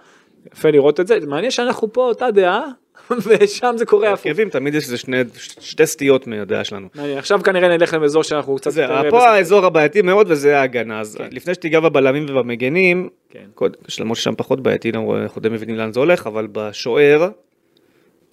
יפה לראות את זה, מעניין שאנחנו פה אותה דעה, ושם זה קורה הפוך. הרכבים, תמיד יש איזה שני- ש- שתי סטיות מהדעה שלנו. מעניין, עכשיו כנראה נלך לאזור שאנחנו קצת... זה, יותר פה בסדר. האזור הבעייתי מאוד וזה ההגנה, אז לפני שתיגע בבלמים ובמגנים, כן. קוד- למרות ששם פחות בעייתי, למרות- אנחנו די מבינים לאן זה הולך, אבל בשוער,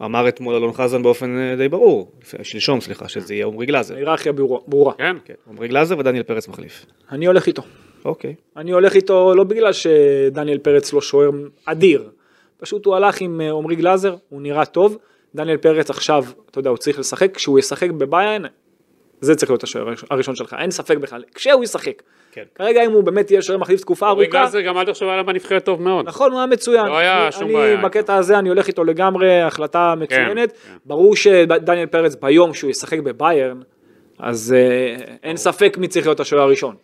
אמר אתמול אלון חזן באופן אה, די ברור, לפ- שלשום סליחה, שזה יהיה עומרי גלאזר. ההיררכיה ברורה- ברורה. כן. כן, עומרי גלאזר ודניאל פרץ מחליף. אני הולך איתו. אוקיי. אני הולך איתו לא בגלל שדניאל פרץ לא שוער אדיר, פשוט הוא הלך עם אה, עמרי גלאזר, הוא נראה טוב, דניאל פרץ עכשיו, אתה יודע, הוא צריך לשחק, כשהוא ישחק בביין, זה צריך להיות השוער הראשון שלך, אין ספק בכלל, כשהוא ישחק. כן. כרגע אם הוא באמת יהיה שוער מחליף תקופה אורי ארוכה, גלאזר גם עד עכשיו היה לה בנבחרת טוב מאוד. נכון, הוא היה מצוין. לא היה אני- שום בעיה. אני בקטע הזה, אני הולך איתו לגמרי, החלטה מצוינת. כן. ברור שדניאל פרץ ביום שהוא ישחק בביירן, אז אה, אין ספק מי צריך להיות השוער הראשון.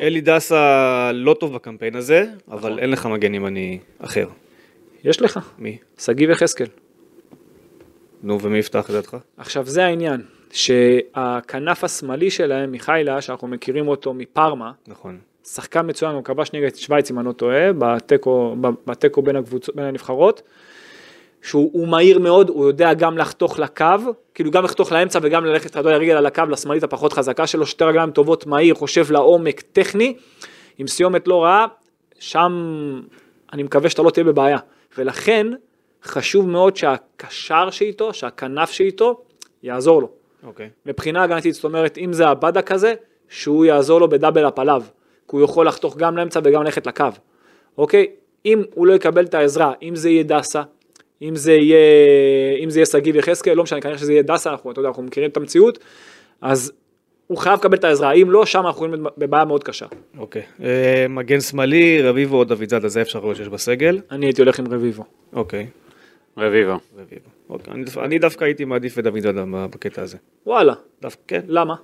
אלי דסה לא טוב בקמפיין הזה, נכון. אבל אין לך מגן ימני אחר. יש לך, מי? שגיב יחזקאל. נו, ומי יפתח לדעתך? עכשיו זה העניין, שהכנף השמאלי שלהם, מיכאלה, שאנחנו מכירים אותו מפרמה, נכון. שחקן מצוין, הוא כבש נגד שווייץ אם אני לא טועה, בתיקו- ב- בתיקו בין, הקבוצ... בין הנבחרות. שהוא מהיר מאוד, הוא יודע גם לחתוך לקו, כאילו גם לחתוך לאמצע וגם ללכת אתה יודע, רגל על הקו, לשמאלית הפחות חזקה שלו, שתי רגליים טובות, מהיר, חושב לעומק, טכני, עם סיומת לא רעה, שם אני מקווה שאתה לא תהיה בבעיה. ולכן חשוב מאוד שהקשר שאיתו, שהכנף שאיתו, יעזור לו. אוקיי. מבחינה הגנתית, זאת אומרת, אם זה הבדק הזה, שהוא יעזור לו בדאבל אפ עליו, כי הוא יכול לחתוך גם לאמצע וגם ללכת לקו, אוקיי? אם הוא לא יקבל את העזרה, אם זה יהיה דסה, אם זה יהיה, אם זה יהיה שגיב יחזקאל, לא משנה, כנראה שזה יהיה דסה, אנחנו, אתה יודע, אנחנו מכירים את המציאות, אז הוא חייב לקבל את העזרה, אם לא, שם אנחנו יכולים להיות בבעיה מאוד קשה. אוקיי. אה, מגן שמאלי, רביבו או דוידזאדה, זה אפשר לראות שיש בסגל. אני הייתי הולך עם רביבו. אוקיי. רביבו. רביבו. אוקיי. אני דווקא- אני דווקא הייתי מעדיף את דוידזאדה בקטע הזה. וואלה, דווקא כן. למה?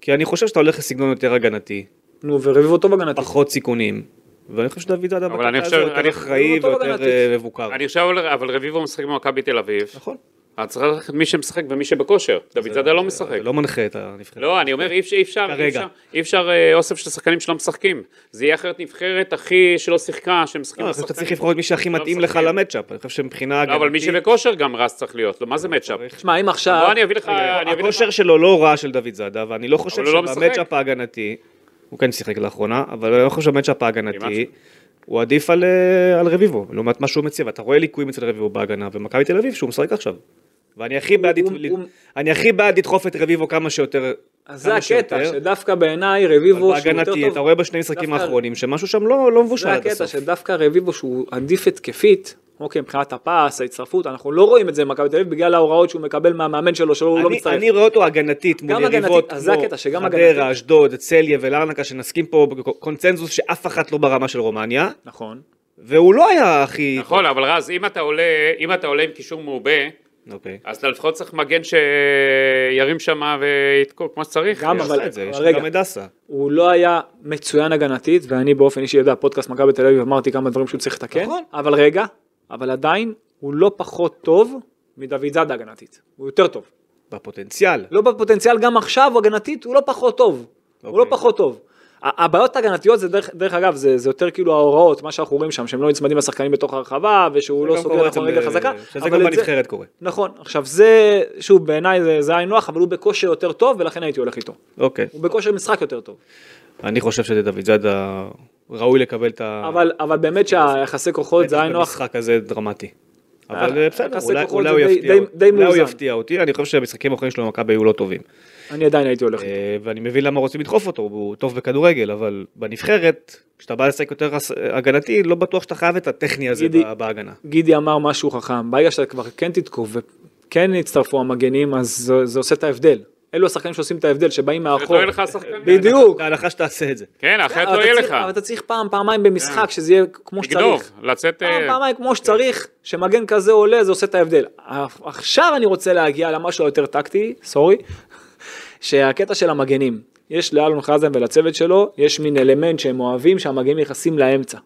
כי אני חושב שאתה הולך לסגנון יותר הגנתי, נו, ורביבו טוב הגנתית. פחות סיכונים. ואני חושב שדוידזאדה אבל אני בקטע הזה חושב- הוא יותר אני- אחראי הוא אותו ויותר הגנתי. אה, מבוקר. אני חושב, אבל- אבל רביבו משחק במכבי תל אביב. נכון. אז צריך ללכת מי שמשחק ומי שבכושר. דוד זאדה לא משחק. זה לא מנחה את הנבחרת. לא, אני אומר, אי אפשר, אי אפשר, אי כרגע. אפשר, אי אפשר אה, אוסף של שחקנים שלא משחקים. זה יהיה אחרת נבחרת הכי שלא שיחקה, לא, שמשחקים אני חושב שאתה בשחקנים. צריך לבחור את מי שהכי לא מתאים לך משחקים. למצ'אפ. אני חושב שמבחינה לא, אבל מי הגנתית, שבכושר גם רז צריך להיות. לא, מה זה מצ'אפ? תשמע, אם עכשיו... בוא, אני אביא לך, אה, אני אביא לך. הכושר שלו לא רע של דוד זאדה, ואני לא חושב אבל הוא לא שבמצ'אפ משחק. ההגנתי, הוא כן שיחק לאחרונה, אבל אני לא חושב שבמצ'אפ ההגנתי, כמעט. הוא עדיף על אה, על רביבו, לעומת מה שהוא מציע, ואתה רואה ליקויים אצל רביבו בהגנה, ומכבי תל אביב שהוא משחק עכשיו. ואני הכי בעד הוא- לת- הוא- אני הכי בעד לדחוף את רביבו כמה שיותר. אז זה כמה הקטע, שיותר. שדווקא בעיניי רביבו, אבל בהגנתי, אתה רואה בשני משחקים דווקא- האחרונים, שמשהו שם לא לא מבושל זה עד הקטע הסוף. שדווקא רביבו שהוא עדיף התקפית, אוקיי, מבחינת הפס, ההצטרפות, אנחנו לא רואים את זה במכבי תל אביב בגלל ההוראות שהוא מקבל מהמאמן שלו, שהוא לא אני- מצטרף. אני רואה אותו הגנתית מול גם הגנתית, יריבות אז זה הקטע, שגם הגנתית. חדרה, אשדוד, אצליה ולארנקה, שנסכים פה בקונצנזוס שאף אחת לא ברמה של רומניה, נכון. והוא לא היה הכי... נכון, אבל רז, אם אתה עולה, אם אתה עולה עם קישור מעובה, אוקיי. אז אתה לפחות צריך מגן שירים שם ויתקור כמו שצריך. כן. גם, אז- אבל... את זה, אבל יש רגע. גם את דסה. הוא לא היה מצוין הגנתית, ואני באופן אישי יודע, פודקאסט מכבי תל אביב, אמרתי כמה דברים שהוא צריך לתקן, נכון. אבל רגע, אבל עדיין, הוא לא פחות טוב מדוד זאדה הגנתית, הוא יותר טוב. בפוטנציאל. לא בפוטנציאל, גם עכשיו הוא הגנתית, הוא לא פחות טוב. הוא לא אוקיי. פחות טוב. ה- הבעיות ההגנתיות זה דרך, דרך אגב, זה, זה יותר כאילו ההוראות, מה שאנחנו רואים שם, שהם לא נצמדים לשחקנים בתוך הרחבה, ושהוא לא גם סוגר קורה נכון אצל- אה, רגל חזקה. שזה אבל גם את זה- בנבחרת קורה. נכון, עכשיו זה, שוב, בעיניי זה- זה היינו הך, אבל הוא בכושר יותר טוב, ולכן הייתי הולך איתו. אוקיי. הוא בכושר משחק יותר טוב. אה. אני חושב שדוד זאדה ראוי לקבל את ה... אבל, אבל באמת שהיחסי כוחות זה היינו הך, המשחק הזה דרמטי. אבל אה, אה, בסדר, יחסי אולי- כוחות אולי זה הוא די- יפתיע די- אותי. די אולי הוא מאוזן. יפתיע אותי, אני חושב שהמשחקים האחרונים שלו במכבי היו לא טובים. אני עדיין הייתי הולך איתו. אה, ואני מבין למה רוצים לדחוף אותו, הוא טוב בכדורגל, אבל בנבחרת, כשאתה בא לשחק יותר הס- הגנתי, לא בטוח שאתה חייב את הטכני הזה גידי- ב- בהגנה. גידי אמר משהו חכם, ברגע שאתה כבר כן תתקוף וכן יצטרפו המגנים, אז זה, זה עושה את ההבדל. אלו השחקנים שעושים את ההבדל, שבאים אחרת לא מאחור. יהיה לך שחקנים. בדיוק. בהנחה שתעשה את זה. כן, אחרת אבל אתה לא יהיה צריך- לך. כן. אבל אתה צריך פעם, פעמיים במשחק, שזה יהיה כמו לגנוב, שצריך. לצאת... אה, פעם, פעמיים כמו שצריך, שמגן כזה עולה, זה עושה את ההבדל. עכשיו אני רוצה להגיע למשהו היותר טקטי, סורי, שהקטע של המגנים. יש לאלון חזן ולצוות שלו, יש מין אלמנט שהם אוהבים, שהמגנים נכנסים לאמצע.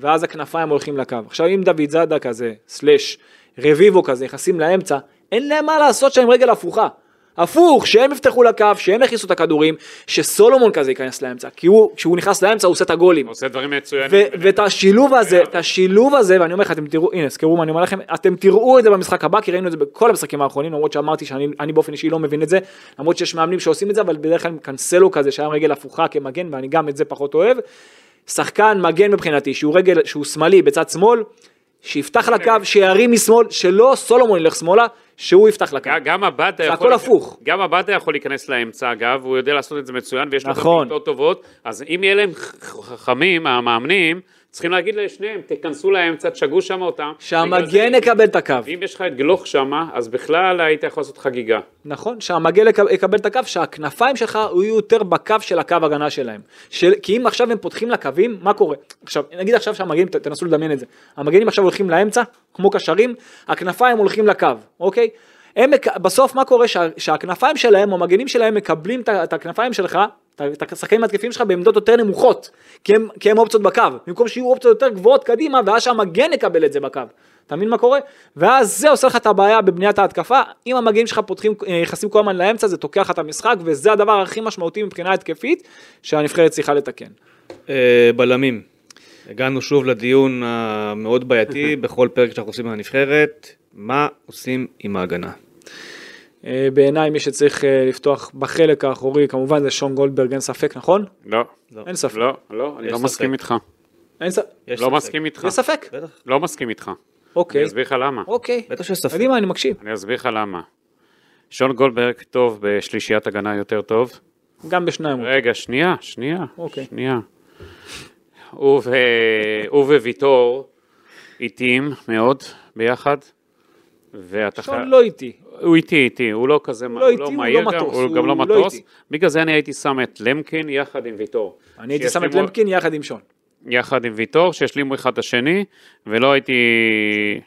ואז הכנפיים הולכים לקו. עכשיו אם דוד זאדה כזה, סלאש, רביבו כזה, נכנסים לאמצע, אין להם מה לעשות שם עם רגל הפוכה. הפוך, שהם יפתחו לקו, שהם יכניסו את הכדורים, שסולומון כזה ייכנס לאמצע, כי הוא, כשהוא נכנס לאמצע הוא עושה את הגולים. עושה דברים ו- מצוינים. ואת השילוב הזה, את השילוב הזה, ואני אומר לך, אתם תראו, הנה, זכרו מה אני אומר לכם, אתם תראו את זה במשחק הבא, כי ראינו את זה בכל המשחקים האחרונים, למרות שאמרתי שאני אני באופן אישי לא מבין את זה, למרות שיש מאמנים שעושים את זה, אבל בדרך כלל עם קנסלו כזה, שהיה עם רגל הפוכה כמגן, ואני גם את זה פחות אוהב. שחקן מגן מבחינתי, שהוא רגל, שהוא שמאלי בצד שמאל, שיפתח לקו, אוקיי. שירים משמאל, שלא סולומון ילך שמאלה, שהוא יפתח לקו. ג- גם עבדה זה יכול... הכל הפוך. גם עבדה יכול להיכנס לאמצע, אגב, הוא יודע לעשות את זה מצוין, ויש לו נכון. גם בעיטות טובות, אז אם יהיה להם ח- חכמים, המאמנים, צריכים להגיד לשניהם, תיכנסו לאמצע, תשגעו שם אותם. בגלל שהמגן זה- יקבל את הקו. ואם יש לך את גלוך שמה, אז בכלל היית יכול לעשות חגיגה. נכון, שהמגן יקב- יקבל את הקו, שהכנפיים שלך יהיו יותר בקו של הקו הגנה שלהם. של, כי אם עכשיו הם פותחים לקווים, מה קורה? עכשיו, נגיד עכשיו שהמגנים, ת- תנסו לדמיין את זה, המגנים עכשיו הולכים לאמצע, כמו קשרים, הכנפיים הולכים לקו, אוקיי? הם, מק- בסוף מה קורה? שה, שהכנפיים שלהם, או המגנים שלהם, מקבלים את ה- את הכנפיים שלך, את ה- את השחקנים התקפים שלך בעמדות יותר נמוכות, כי הם, כי הם אופציות בקו, במקום שיהיו אופציות יותר גבוהות קדימה, ואז שהמגן יקבל את זה בקו. אתה מבין מה קורה? ואז זה עושה לך את הבעיה בבניית ההתקפה. אם המגעים שלך פותחים, אה, נכנסים כל הזמן לאמצע, זה תוקע לך את המשחק, וזה הדבר הכי משמעותי מבחינה התקפית, שהנבחרת צריכה לתקן. אה, בלמים. הגענו שוב לדיון המאוד בעייתי בכל פרק שאנחנו עושים מהנבחרת, מה עושים עם ההגנה. אה, בעיניי מי שצריך אה, לפתוח בחלק האחורי כמובן זה שון גולדברג, אין ספק, נכון? לא, לא. אין ספק. לא, לא, אני יש לא ספק. מסכים איתך. אין ספק. יש לא ספק. מסכים איתך. יש ספק? נכון. בטח, לא מסכים איתך. אוקיי. אני אסביר לך למה. אוקיי. בטח שיש ספק. תגיד מה, אני מקשיב. אני אסביר לך למה. שון גולדברג טוב בשלישיית הגנה יותר טוב. גם בשניים. אה, רגע, שנייה, שנייה, אוקיי. שנייה. הוא ו- הוא וויטור איטיים מאוד ביחד. ואתה חי- שון לא איתי. הוא איטי איטי, הוא לא כזה, הוא איטי, לא הוא לא מהיר גם, מטוס, הוא גם לא הוא לא מטוס. איטי. בגלל זה אני הייתי שם את למקין יחד עם ויטור. אני הייתי שם את שישלימו- למקין יחד עם שון. יחד עם ויטור, שישלימו אחד את השני, ולא הייתי...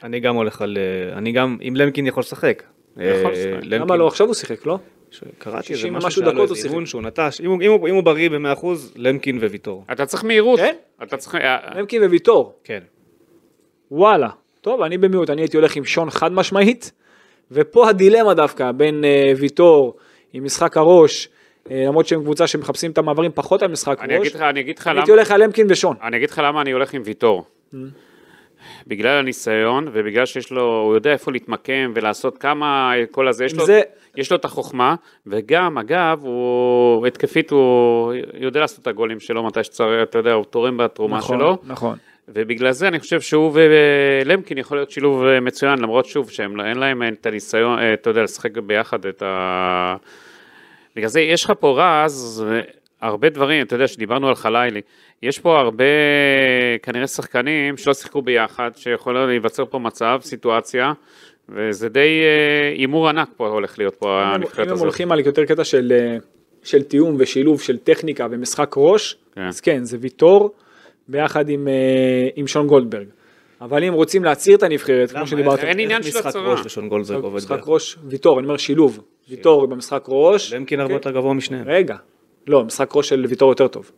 אני גם הולך על... אה, אני גם, אם למקין יכול לשחק. יכול אה, לשחק. למקין- למה לא? עכשיו הוא שיחק, לא? ש- קראתי איזה 60 משהו ומשהו שהיה לו דקות הוא איזה אימון שיחק. שהוא נטש. אם הוא- אם הוא אם הוא בריא ב-100%, למקין וויטור. אתה צריך מהירות. כן? אתה צריך... אה, אה. למקין וויטור. כן. וואלה. טוב, אני במיעוט, אני הייתי הולך עם שון חד משמעית. ופה הדילמה דווקא בין אה, ויטור עם משחק הראש, אה, למרות שהם קבוצה שמחפשים את המעברים פחות על משחק אני ראש. אגיד לך, אני אגיד לך למה... הייתי הולך על למקין ושון. אני אגיד לך למה אני הולך עם ויטור. בגלל הניסיון, ובגלל שיש לו, הוא יודע איפה להתמקם ולעשות כמה, כל הזה, יש אם לו, זה- יש לו את החוכמה, וגם, אגב, הוא, התקפית, הוא יודע לעשות את הגולים שלו מתי שצריך, אתה יודע, הוא תורם בתרומה נכון, שלו, נכון. ובגלל זה אני חושב שהוא ולמקין יכול להיות שילוב אה, מצוין, למרות שוב, שאין להם את הניסיון, אה, אתה יודע, לשחק ביחד את ה... בגלל זה יש לך פה רז, אה, הרבה דברים, אתה יודע, שדיברנו על חלילי, יש פה הרבה, כנראה שחקנים שלא שיחקו ביחד, שיכול להיווצר פה מצב, סיטואציה, וזה די אה, הימור ענק פה הולך להיות פה אם הם- הנבחרת אם הם הזאת. הולכים על יותר קטע של, אה, של תיאום ושילוב של טכניקה ומשחק ראש, כן. אז כן, זה ויטור ביחד עם, אה, עם שון גולדברג. אבל אם רוצים להצעיר את הנבחרת, כמו שדיברת, אין עניין של אה, משחק הצהרה. ראש ושון גולדברג עובד משחק ביחד. ראש, ויטור, אני אומר שילוב, ויטור במשחק ראש, למקין הרבה יותר גבוה משניהם. רגע, לא, משחק ראש של ויטור יותר טוב.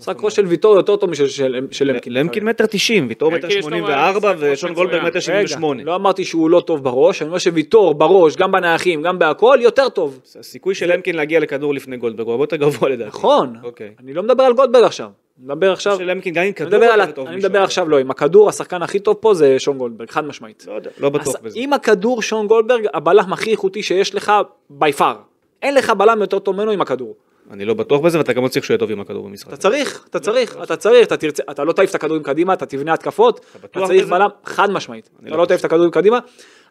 משחק ראש של ויטור יותר טוב משל של- של למקין. למקין מטר תשעים, ויטור מטר למקין יש לו שמונים וארבע, משחק ראש ושון גולדברג מצוין. מטר שבעים רגע, ושמונה. לא אמרתי שהוא לא טוב בראש, אני אומר שוויטור בראש, גם בנייחים, גם בהכל, יותר טוב. אוקיי. הסיכוי של למקין להגיע לכדור לפני גולדברג הוא הרבה יותר גבוה לדעתי. נכון, אוקיי. אני לא מדבר על גולדברג עכשיו, אני מדבר עכשיו, של למקין גם עם אני כדור מדבר, על, יותר טוב אני משון. מדבר עכשיו לא, עם הכדור השחקן הכי טוב פה זה שון גולדברג, חד משמעית. לא יודע, לא בטוח הס- בזה. עם הכדור שון גולדברג, הבלם הכי איכותי שיש לך בי פאר. אין לך בלם יותר טוב ממנו עם הכדור. אני לא בטוח בזה, ואתה גם לא צריך שהוא יהיה טוב עם הכדור במשחק. אתה צריך, אתה צריך, אתה צריך, אתה תרצה, אתה לא תעיף את הכדורים קדימה, אתה תבנה התקפות, אתה בטוח צריך בזה? בלם, חד משמעית. אתה לא לא תעיף את הכדורים קדימה,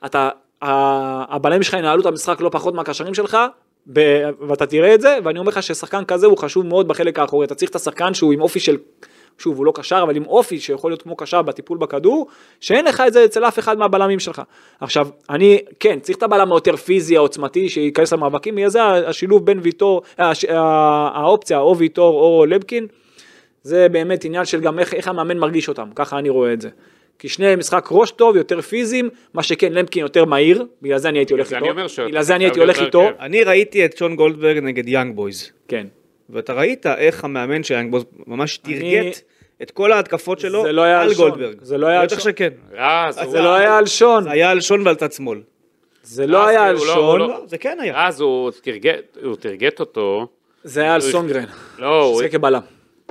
אתה, ה- הבלמים שלך ינהלו את המשחק לא פחות מהקשרים שלך, ב- ואתה תראה את זה, ואני אומר לך ששחקן כזה הוא חשוב מאוד בחלק האחורי, אתה צריך את השחקן שהוא עם אופי של, שוב, הוא לא קשר, אבל עם אופי שיכול להיות כמו קשר בטיפול בכדור, שאין לך את זה אצל אף אחד מהבלמים שלך. עכשיו, אני, כן, צריך את הבלם היותר פיזי, העוצמתי, שייכנס למאבקים, יהיה זה השילוב בין ויטור, הש- ה- האופציה, או ויטור או לבקין. זה באמת עניין של גם איך, איך המאמן מרגיש אותם, ככה אני רואה את זה. כי שני משחק ראש טוב, יותר פיזיים, מה שכן למקין יותר מהיר, בגלל זה אני הייתי הולך זה איתו. אני אומר שאתה בגלל זה אני חייב הייתי הולך להיות איתו, בהרכב. אני ראיתי את שון גולדברג נגד יאנג בויז, כן. ואתה ראית איך המאמן של יאנג בויז ממש תרגט את כל ההתקפות שלו זה לא היה על על שון. גולדברג. זה לא היה על בטח שון. שכן. רז, הוא- זה לא היה על שון, זה היה על שון ועל צד שמאל. זה לא אה, היה על הוא לא- הוא שון, לא- לא, זה כן היה. רז, הוא תרגט- הוא תרגט אותו, זה היה על סונגרן, לא, הוא- שזה כבלם.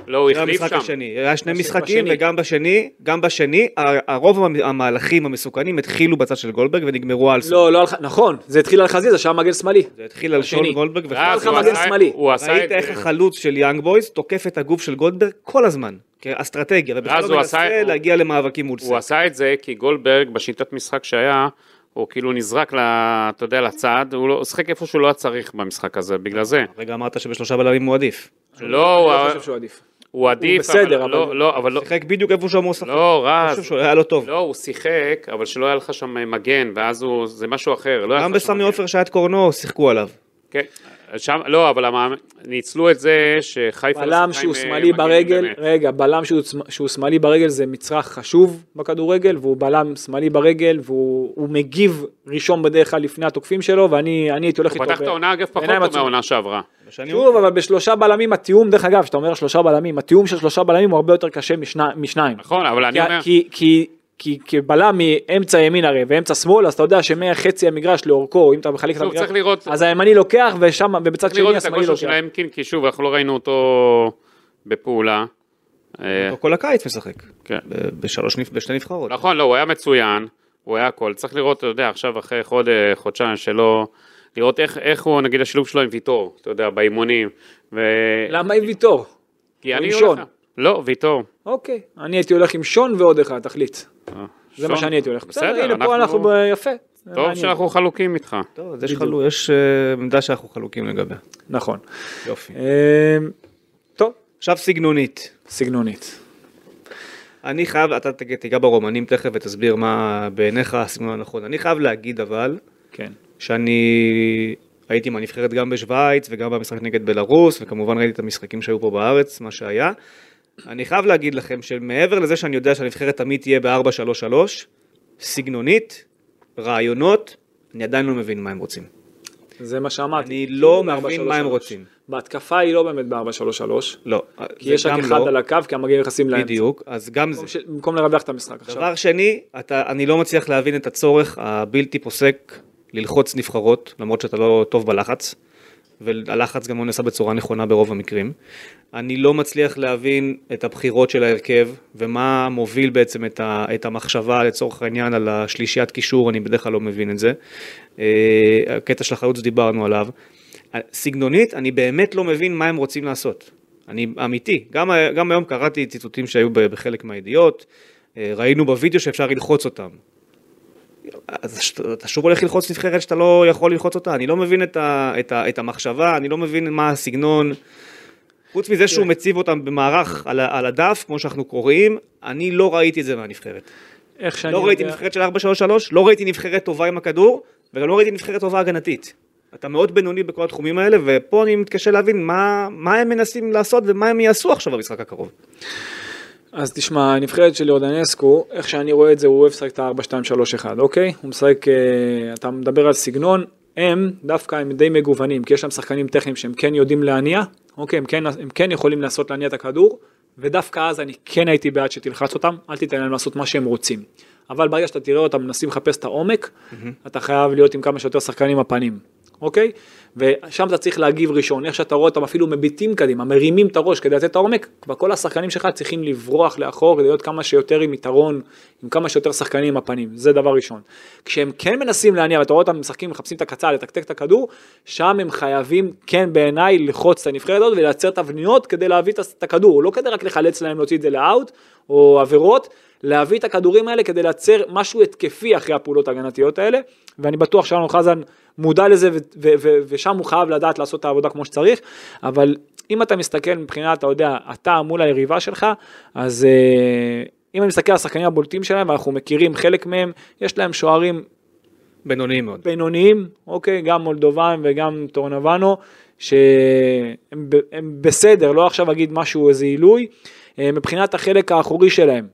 לא, הוא זה היה החליף המשחק שם. השני, היה שני בשני- משחקים בשני. וגם בשני, גם בשני, ה- הרוב המ- המהלכים המסוכנים התחילו בצד של גולדברג ונגמרו על סוף. לא, לא על ח- נכון, זה התחיל על חזיזה, שהיה מגן שמאלי. זה התחיל על שון השני. גולדברג רז, לך הוא וחזיזה. מגן עשה- שמאלי. הוא עשה את ראית איך החלוץ של יאנג בויז תוקף את הגוף של גולדברג כל הזמן, כאסטרטגיה, ובכלל רז, לא הוא עשה- מנסה הוא- להגיע למאבקים מול הוא סק. עשה את זה כי גולדברג, בשיטת משחק שהיה, הוא כאילו נזרק, ל- אתה יודע, לצד, הוא לא- הוא שיחק איפה שהוא לא היה צריך במשחק הזה, בגלל זה. רגע אמרת שבשלושה בלמים הוא עדיף. לא, הוא אני לא ה- חושב שהוא עדיף. הוא עדיף, בסדר, אבל לא, אבל- לא, אבל לא, שיחק בדיוק איפה שהוא אמור לשחק. לא, אני רז, חושב שהוא היה לו טוב. לא, הוא שיחק, אבל שלא היה לך שם מגן, ואז הוא, זה משהו אחר. לא היה גם לך שם בסמי מגן. עופר שהיה את קורנו, שיחקו עליו. כן, שם, לא, אבל המאמן, ניצלו את זה שחיפה... לא בלם שיחקה שהוא עם, אה, שמאלי מגן, ברגל, באמת. רגע, בלם שהוא צמ- שהוא שמאלי ברגל זה מצרך חשוב בכדורגל, והוא בלם שמאלי ברגל, והוא הוא מגיב ראשון בדרך כלל לפני התוקפים שלו, ואני אני הייתי הולך הוא איתו. פתח את ב- העונה, אגב, פחות בעיניים טוב עצומות. מהעונה שעברה. בשנים- שוב, אבל בשלושה בלמים התיאום, דרך אגב, כשאתה אומר שלושה בלמים, התיאום של שלושה בלמים הוא הרבה יותר קשה משני- משניים. נכון, אבל אני כי- אומר... כי- כי- כי כבלם מאמצע ימין הרי ואמצע שמאל, אז אתה יודע שמחצי המגרש לאורכו, אם אתה מחלק את שוב, המגרש, צריך לראות- אז הימני לוקח, ושם, ובצד צריך לראות שני את השמאלי הכושר לוקח. של האמקין, כי שוב, אנחנו לא ראינו אותו בפעולה. אה, אותו כל הקיץ משחק. כן. ב- בשלוש, נבח- בשתי נבחרות. נכון, לא, הוא היה מצוין, הוא היה הכל. צריך לראות, אתה יודע, עכשיו אחרי חודש, חודשיים שלו, לראות איך, איך הוא, נגיד, השילוב שלו עם ויטור, אתה יודע, באימונים. ו... למה עם ויטור? כי או אני עם הולך- שון. לא, ויטור. אוקיי, אני הייתי הולך עם שון ועוד אחד, תחליט. זה מה אה, שון. שאני הייתי הולך. בסדר, בסדר, הנה פה אנחנו אנחנו... לא- ב- יפה. זה טוב מעניין. שאנחנו חלוקים איתך. טוב, אז יש חלו- יש אה, עמדה שאנחנו חלוקים לגביה. נכון. יופי. אה, טוב, עכשיו סגנונית. סגנונית. אני חייב, אתה תג- תיגע ברומנים תכף ותסביר מה בעיניך הסגנון הנכון. אני חייב להגיד אבל, כן. שאני הייתי עם הנבחרת גם בשוויץ וגם במשחק נגד בלארוס, וכמובן ראיתי את המשחקים שהיו פה בארץ, מה שהיה. אני חייב להגיד לכם שמעבר לזה שאני יודע שהנבחרת תמיד תהיה ב-4-3-3, סגנונית, רעיונות, אני עדיין לא מבין מה הם רוצים. זה מה שאמרתי. אני כאילו לא ב- מבין מה הם 4-3-3. רוצים. בהתקפה היא לא באמת ב-4-3-3, לא, כי יש רק אחד על הקו, כי המגעים נכנסים לאמצע. בדיוק, אז גם זה. במקום ש- במקום לרווח את המשחק עכשיו. דבר שני, אתה, אני לא מצליח להבין את הצורך הבלתי פוסק ללחוץ נבחרות, למרות שאתה לא טוב בלחץ, והלחץ גם לא נעשה בצורה נכונה ברוב המקרים. אני לא מצליח להבין את הבחירות של ההרכב, ומה מוביל בעצם את, ה, את המחשבה לצורך העניין על השלישיית קישור, אני בדרך כלל לא מבין את זה. אה, הקטע של החלוץ דיברנו עליו. סגנונית, אני באמת לא מבין מה הם רוצים לעשות. אני אמיתי, גם, גם היום קראתי ציטוטים שהיו ב- בחלק מהידיעות, אה, ראינו בווידאו שאפשר ללחוץ אותם. אז ש- אתה שוב הולך ללחוץ נבחרת שאתה לא יכול ללחוץ אותה? אני לא מבין את, ה, את, ה, את המחשבה, אני לא מבין מה הסגנון. חוץ מזה כן. שהוא מציב אותם במערך על, ה- על הדף, כמו שאנחנו קוראים, אני לא ראיתי את זה מהנבחרת. איך שאני לא ראיתי יודע- נבחרת של 433, לא ראיתי נבחרת טובה עם הכדור, וגם לא ראיתי נבחרת טובה הגנתית. אתה מאוד בינוני בכל התחומים האלה, ופה אני מתקשה להבין מה, מה הם מנסים לעשות ומה הם יעשו עכשיו במשחק הקרוב. אז תשמע, הנבחרת של יורדנסקו, איך שאני רואה את זה, הוא אוהב לשחק את ה-4-2-3-1, אוקיי? הוא משחק, אה, אתה מדבר על סגנון, הם דווקא הם די מגוונים, כי יש להם שחקנים טכניים שהם כן יודעים להניע, אוקיי? הם כן, הם כן יכולים לעשות להניע את הכדור, ודווקא אז אני כן הייתי בעד שתלחץ אותם, אל תיתן להם לעשות מה שהם רוצים. אבל ברגע שאתה תראה אותם מנסים לחפש את העומק, אתה חייב להיות עם כמה שיותר שחקנים הפנים, אוקיי? ושם אתה צריך להגיב ראשון, איך שאתה רואה אותם אפילו מביטים קדימה, מרימים את הראש כדי לתת את העומק, כבר כל השחקנים שלך צריכים לברוח לאחור, כדי להיות כמה שיותר עם יתרון, עם כמה שיותר שחקנים עם הפנים, זה דבר ראשון. כשהם כן מנסים להניע, ואתה רואה אותם משחקים, מחפשים את הקצה, לתקתק את הכדור, שם הם חייבים, כן בעיניי, לחוץ את הנבחרת הזאת ולייצר תבניות כדי להביא את הס- את הכדור, לא כדי רק לחלץ להם להוציא את זה לאאוט, או עבירות, להביא את הכדורים האלה כדי לייצר משהו התקפי אחרי הפעולות ההגנתיות האלה, ואני בטוח שאלון חזן מודע לזה ו- ו- ו- ושם הוא חייב לדעת לעשות את העבודה כמו שצריך, אבל אם אתה מסתכל מבחינת, אתה יודע, אתה מול היריבה שלך, אז אה, אם אני מסתכל על השחקנים הבולטים שלהם, ואנחנו מכירים חלק מהם, יש להם שוערים בינוניים כן. מאוד. בינוניים, אוקיי, גם מולדובן וגם טורנבנו, שהם ב- הם בסדר, לא עכשיו אגיד משהו, איזה עילוי. אה, מבחינת החלק האחורי שלהם,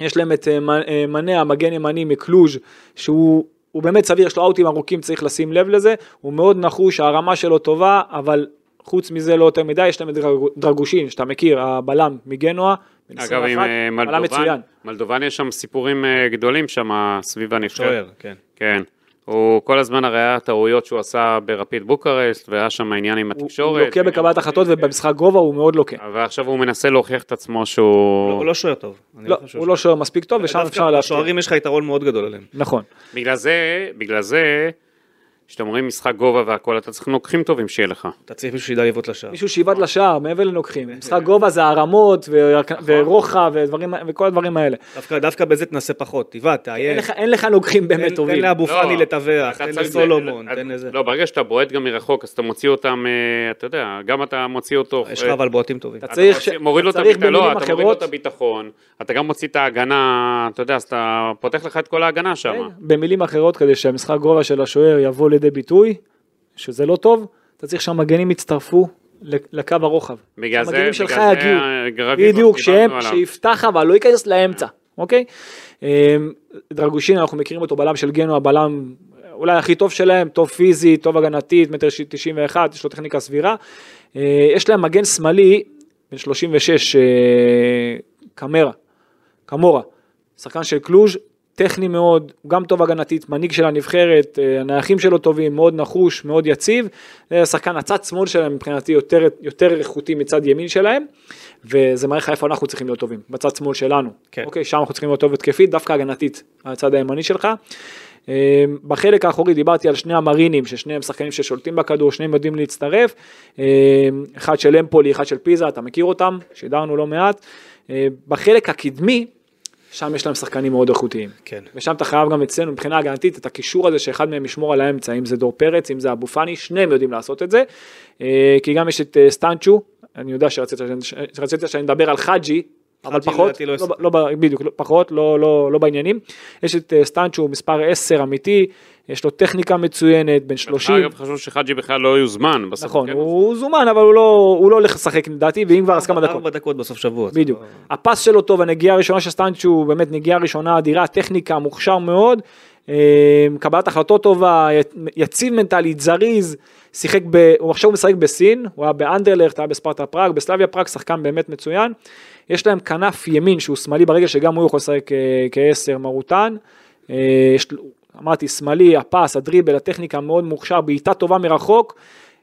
יש להם את אה, מ- אה, מנה, המגן ימני מקלוז' שהוא... הוא באמת סביר, יש לו אאוטים ארוכים, צריך לשים לב לזה, הוא מאוד נחוש, הרמה שלו טובה, אבל חוץ מזה לא יותר מדי, יש להם את דרגו- דרגושין, שאתה מכיר, הבלם מגנואה, בן אגב, עם 21, אה, בלם מלדובן, מצוין. מלדובן יש שם סיפורים אה, גדולים שם סביב הנבחרת. שוער, כן. כן. הוא כל הזמן הרי היה טעויות שהוא עשה ברפיד בוקרשט, והיה שם עניין עם הוא- התקשורת. הוא לוקה עניין- בקבלת החלטות ובמשחק גובה הוא מאוד לוקה. ועכשיו הוא מנסה להוכיח את עצמו שהוא... הוא לא שוער טוב. אני לא, חושב הוא ש- אה, לא שוער מספיק טוב, ושם דווקא אה. אפשר להפתיע. בשוערים יש לך יתרון מאוד גדול עליהם. נכון. בגלל זה, בגלל זה, כשאתם אומרים משחק גובה והכל, אתה צריך נוקחים טובים שיהיה לך. אתה צריך מישהו שידע לבעוט לשער. מישהו שאיבד לשער, מעבר אה, לנוקחים. משחק גובה זה הרמות, ו- נכון. ורוחב, ודברים- וכל הדברים האלה. דווקא- דווקא בזה תנסה פחות, תיבעט, אין תעיין. לך- אין לך נוקחים תן- באמת תן טובים. לאבו לא, פאני לטווח, אתה תן צריך- לסולומון, אתה- תן לזה. לא, ברגע שאתה בועט גם מרחוק, אז אתה מוציא אותם, אה, אתה יודע, גם אתה מוציא אותו... יש לך אה, אבל בועטים טובים. אתה אתה צריך מוציא- ש- מוריד לו את אתה צריך הביטחון, לא, במילים אתה מוריד לו את אחרות- הביטחון, אתה גם מוציא את ההגנה, אתה יודע, אז אתה פותח לך את כל ההגנה שם. כן, במילים אחרות, כדי שהמשחק גובה של השוער יבוא לידי ביטוי, שזה לא טוב, אתה צריך שהמגנים יצטרפו ל- לקו הרוחב. בגלל זה- המגנים שלך בגלל זה אה, יגיעו. הגרביבות בדיוק, שדיברנו שהם, עליו. שיפתח אבל לא ייכנס לאמצע, אוקיי? אמ, דרגושין, אנחנו מכירים אותו, בלם של גנו, הבלם אולי הכי טוב שלהם, טוב פיזי, טוב הגנתית, מטר ש- 91, יש לו טכניקה סבירה. אה, יש להם מגן שמאלי, בן 36, אה, קמרה, קמורה, שחקן של קלוז', טכני מאוד, הוא גם טוב הגנתית, מנהיג של הנבחרת, אה, הנייחים שלו טובים, מאוד נחוש, מאוד יציב. זה השחקן הצד שמאל שלהם מבחינתי יותר, יותר איכותי מצד ימין שלהם, וזה מראה לך איפה אנחנו צריכים להיות טובים, בצד שמאל שלנו. כן. אוקיי, שם אנחנו צריכים להיות טוב התקפית, דווקא הגנתית, הצד הימני שלך. אה, בחלק האחורי דיברתי על שני המרינים, ששניהם שחקנים ששולטים בכדור, שניהם יודעים להצטרף. אה, אחד של אמפולי, אחד של פיזה, אתה מכיר אותם, שידרנו לא מעט. אה, בחלק הקדמי, שם יש להם שחקנים מאוד איכותיים. כן. ושם אתה חייב גם אצלנו מבחינה הגנתית את הקישור הזה שאחד מהם ישמור על האמצע, אם זה דור פרץ, אם זה אבו פאני, שניהם יודעים לעשות את זה. אה, כי גם יש את אה, סטנצ'ו, אני יודע שרצית, שאני- שרצית שאני אדבר על חאג'י, אבל חאג'י פחות, לדעתי לא לא, ישחק. ב- לא, ב- בדיוק, לא, פחות, לא, לא, לא בעניינים. יש את אה, סטנצ'ו מספר 10 אמיתי, יש לו טכניקה מצוינת, בן 30. אגב, חשוב שחאג'י בכלל לא יוזמן בסוף. נכון, כן? הוא זומן אבל הוא לא, הוא לא הולך לשחק לדעתי, ואם כבר אז כמה דקות. ארבע דקות בסוף שבוע. בדיוק. הפס שלו טוב, הנגיעה הראשונה של סטנצ'ו, באמת נגיעה ראשונה אדירה, טכניקה, מוכשר מאוד, אה, קבלת החלטות טובה, י- יציב מנטלית, זריז, שיחק ב... הוא עכשיו משחק בסין, הוא היה באנדרלכט, היה בספרטה פראג, בסלביה פראג, שחקן באמת מצוין. יש להם כנף ימין שהוא שמאלי ברגל, שגם הוא יכול לשחק אה, כעשר מרוטן. אה, יש, לו- אמרתי, שמאלי, הפס, הדריבל, הטכניקה מאוד מוכשר, בעיטה טובה מרחוק.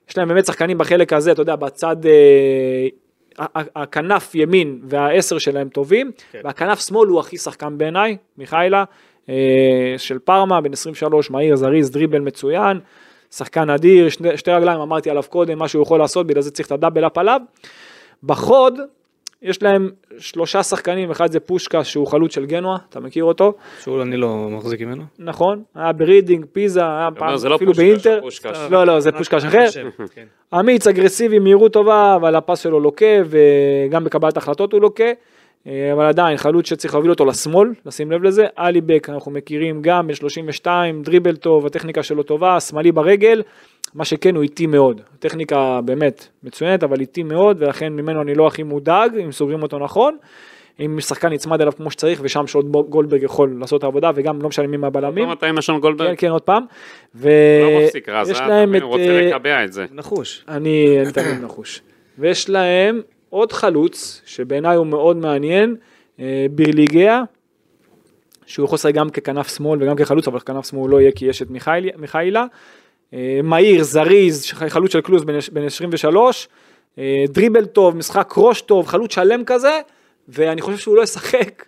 יש להם באמת שחקנים בחלק הזה, אתה יודע, בצד, אה, ה- ה- הכנף ימין והעשר שלהם טובים, כן. והכנף שמאל הוא הכי שחקן בעיניי, מיכאלה, אה, של פארמה, בן 23, מהיר, זריז, דריבל מצוין, שחקן אדיר, שני, שתי רגליים, אמרתי עליו קודם, מה שהוא יכול לעשות, בגלל זה צריך את הדאבל אפ עליו. בחוד, יש להם שלושה שחקנים, אחד זה פושקה שהוא חלוץ של גנוע, אתה מכיר אותו, שהוא אני לא מחזיק ממנו. נכון, היה ברידינג, פיזה, היה אתה פעם אומר, זה לא אפילו פושקש, באינטר, פושקש. לא, לא, זה פושקש אחר, כן. אמיץ, אגרסיבי, מהירות טובה, אבל הפס שלו לוקה, וגם בקבלת החלטות הוא לוקה, אה, אבל עדיין חלוץ שצריך להוביל אותו לשמאל, לשים לב לזה, עלי בק, אנחנו מכירים גם, בן 32, דריבל טוב, הטכניקה שלו טובה, שמאלי ברגל, מה שכן הוא איטי מאוד, הטכניקה באמת מצוינת, אבל איטי מאוד, ולכן ממנו אני לא הכי מודאג, אם סוגרים אותו נכון. אם שחקן נצמד אליו כמו שצריך ושם שעוד בו- גולדברג יכול לעשות את העבודה וגם לא משנה מי מהבלמים, כמה פעמים השם כן גולדברג? כן עוד פעם, לא מפסיק רז, ויש אה, אתה להם מבין, את הוא רוצה אה, לקבע את זה. נחוש. אני אני תמיד נחוש. ויש להם עוד חלוץ, שבעיניי הוא מאוד מעניין, אה, בירליגיה, שהוא יכול לשחק גם ככנף שמאל וגם כחלוץ, אבל כנף שמאל הוא לא יהיה כי יש את מיכאל- מיכאילה. אה, מהיר, זריז, ש- חלוץ של קלוז בן- בן 23, אה, דריבל טוב, משחק ראש טוב, חלוץ שלם כזה, ואני חושב שהוא לא ישחק,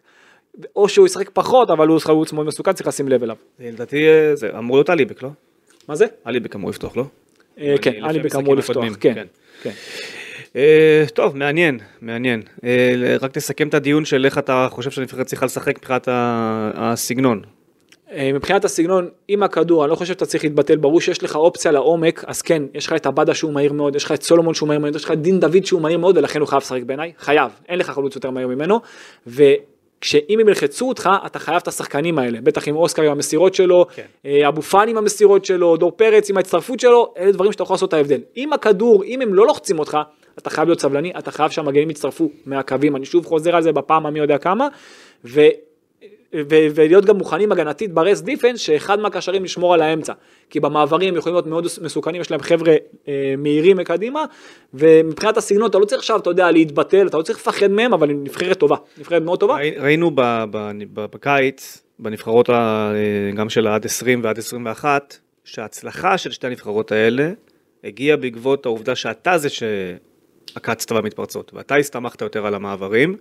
או שהוא ישחק פחות, אבל הוא חלוץ מאוד מסוכן, צריך לשים לב אליו. לדעתי אה, זה אמור להיות אליבק, לא? מה זה? אליבק אמור לפתוח, לא? אה, לפי כן, אני המשחקים בקאמור לפתוח, הקודמים, כן. כן. כן. אה, טוב, מעניין, מעניין. אה, רק נסכם את הדיון של איך אתה חושב שהנבחרת צריכה לשחק מבחינת ה- הסגנון. אה, מבחינת הסגנון, עם הכדור, אני לא חושב שאתה צריך להתבטל, ברור שיש לך אופציה לעומק, אז כן, יש לך את עבדה שהוא מהיר מאוד, יש לך את סולומון שהוא מהיר מאוד, יש לך את דין דוד שהוא מהיר מאוד, ולכן הוא חייב לשחק בעיניי, חייב, אין לך חלוץ יותר מהיר ממנו, וכשאם הם ילחצו אותך, אתה חייב את השחקנים האלה, בטח עם אוסקר עם המסירות שלו, כן. אה, אבו פאני עם המסירות שלו, דור פרץ עם ההצטרפות שלו, אלה דברים שאתה יכול לעשות את ההבדל. עם הכדור, אם הם לא לוחצים אותך, אתה חייב להיות סבלני, אתה חייב שהמגנים יצטרפו מהקווים, אני שוב חוזר על זה בפעם המי יודע כמה, ו... ו- ולהיות גם מוכנים הגנתית ברס דיפנס, שאחד מהקשרים ישמור על האמצע. כי במעברים הם יכולים להיות מאוד מסוכנים, יש להם חבר'ה אה, מהירים מקדימה, ומבחינת הסגנון אתה לא צריך עכשיו, אתה יודע, להתבטל, אתה לא צריך לפחד מהם, אבל הם נבחרת טובה, נבחרת מאוד טובה. ראי- ראינו ב- ב- ב- בקיץ, בנבחרות ה- גם של עד 20 ועד 21, שההצלחה של שתי הנבחרות האלה הגיעה בעקבות העובדה שאתה זה שעקצת במתפרצות, ואתה הסתמכת יותר על המעברים,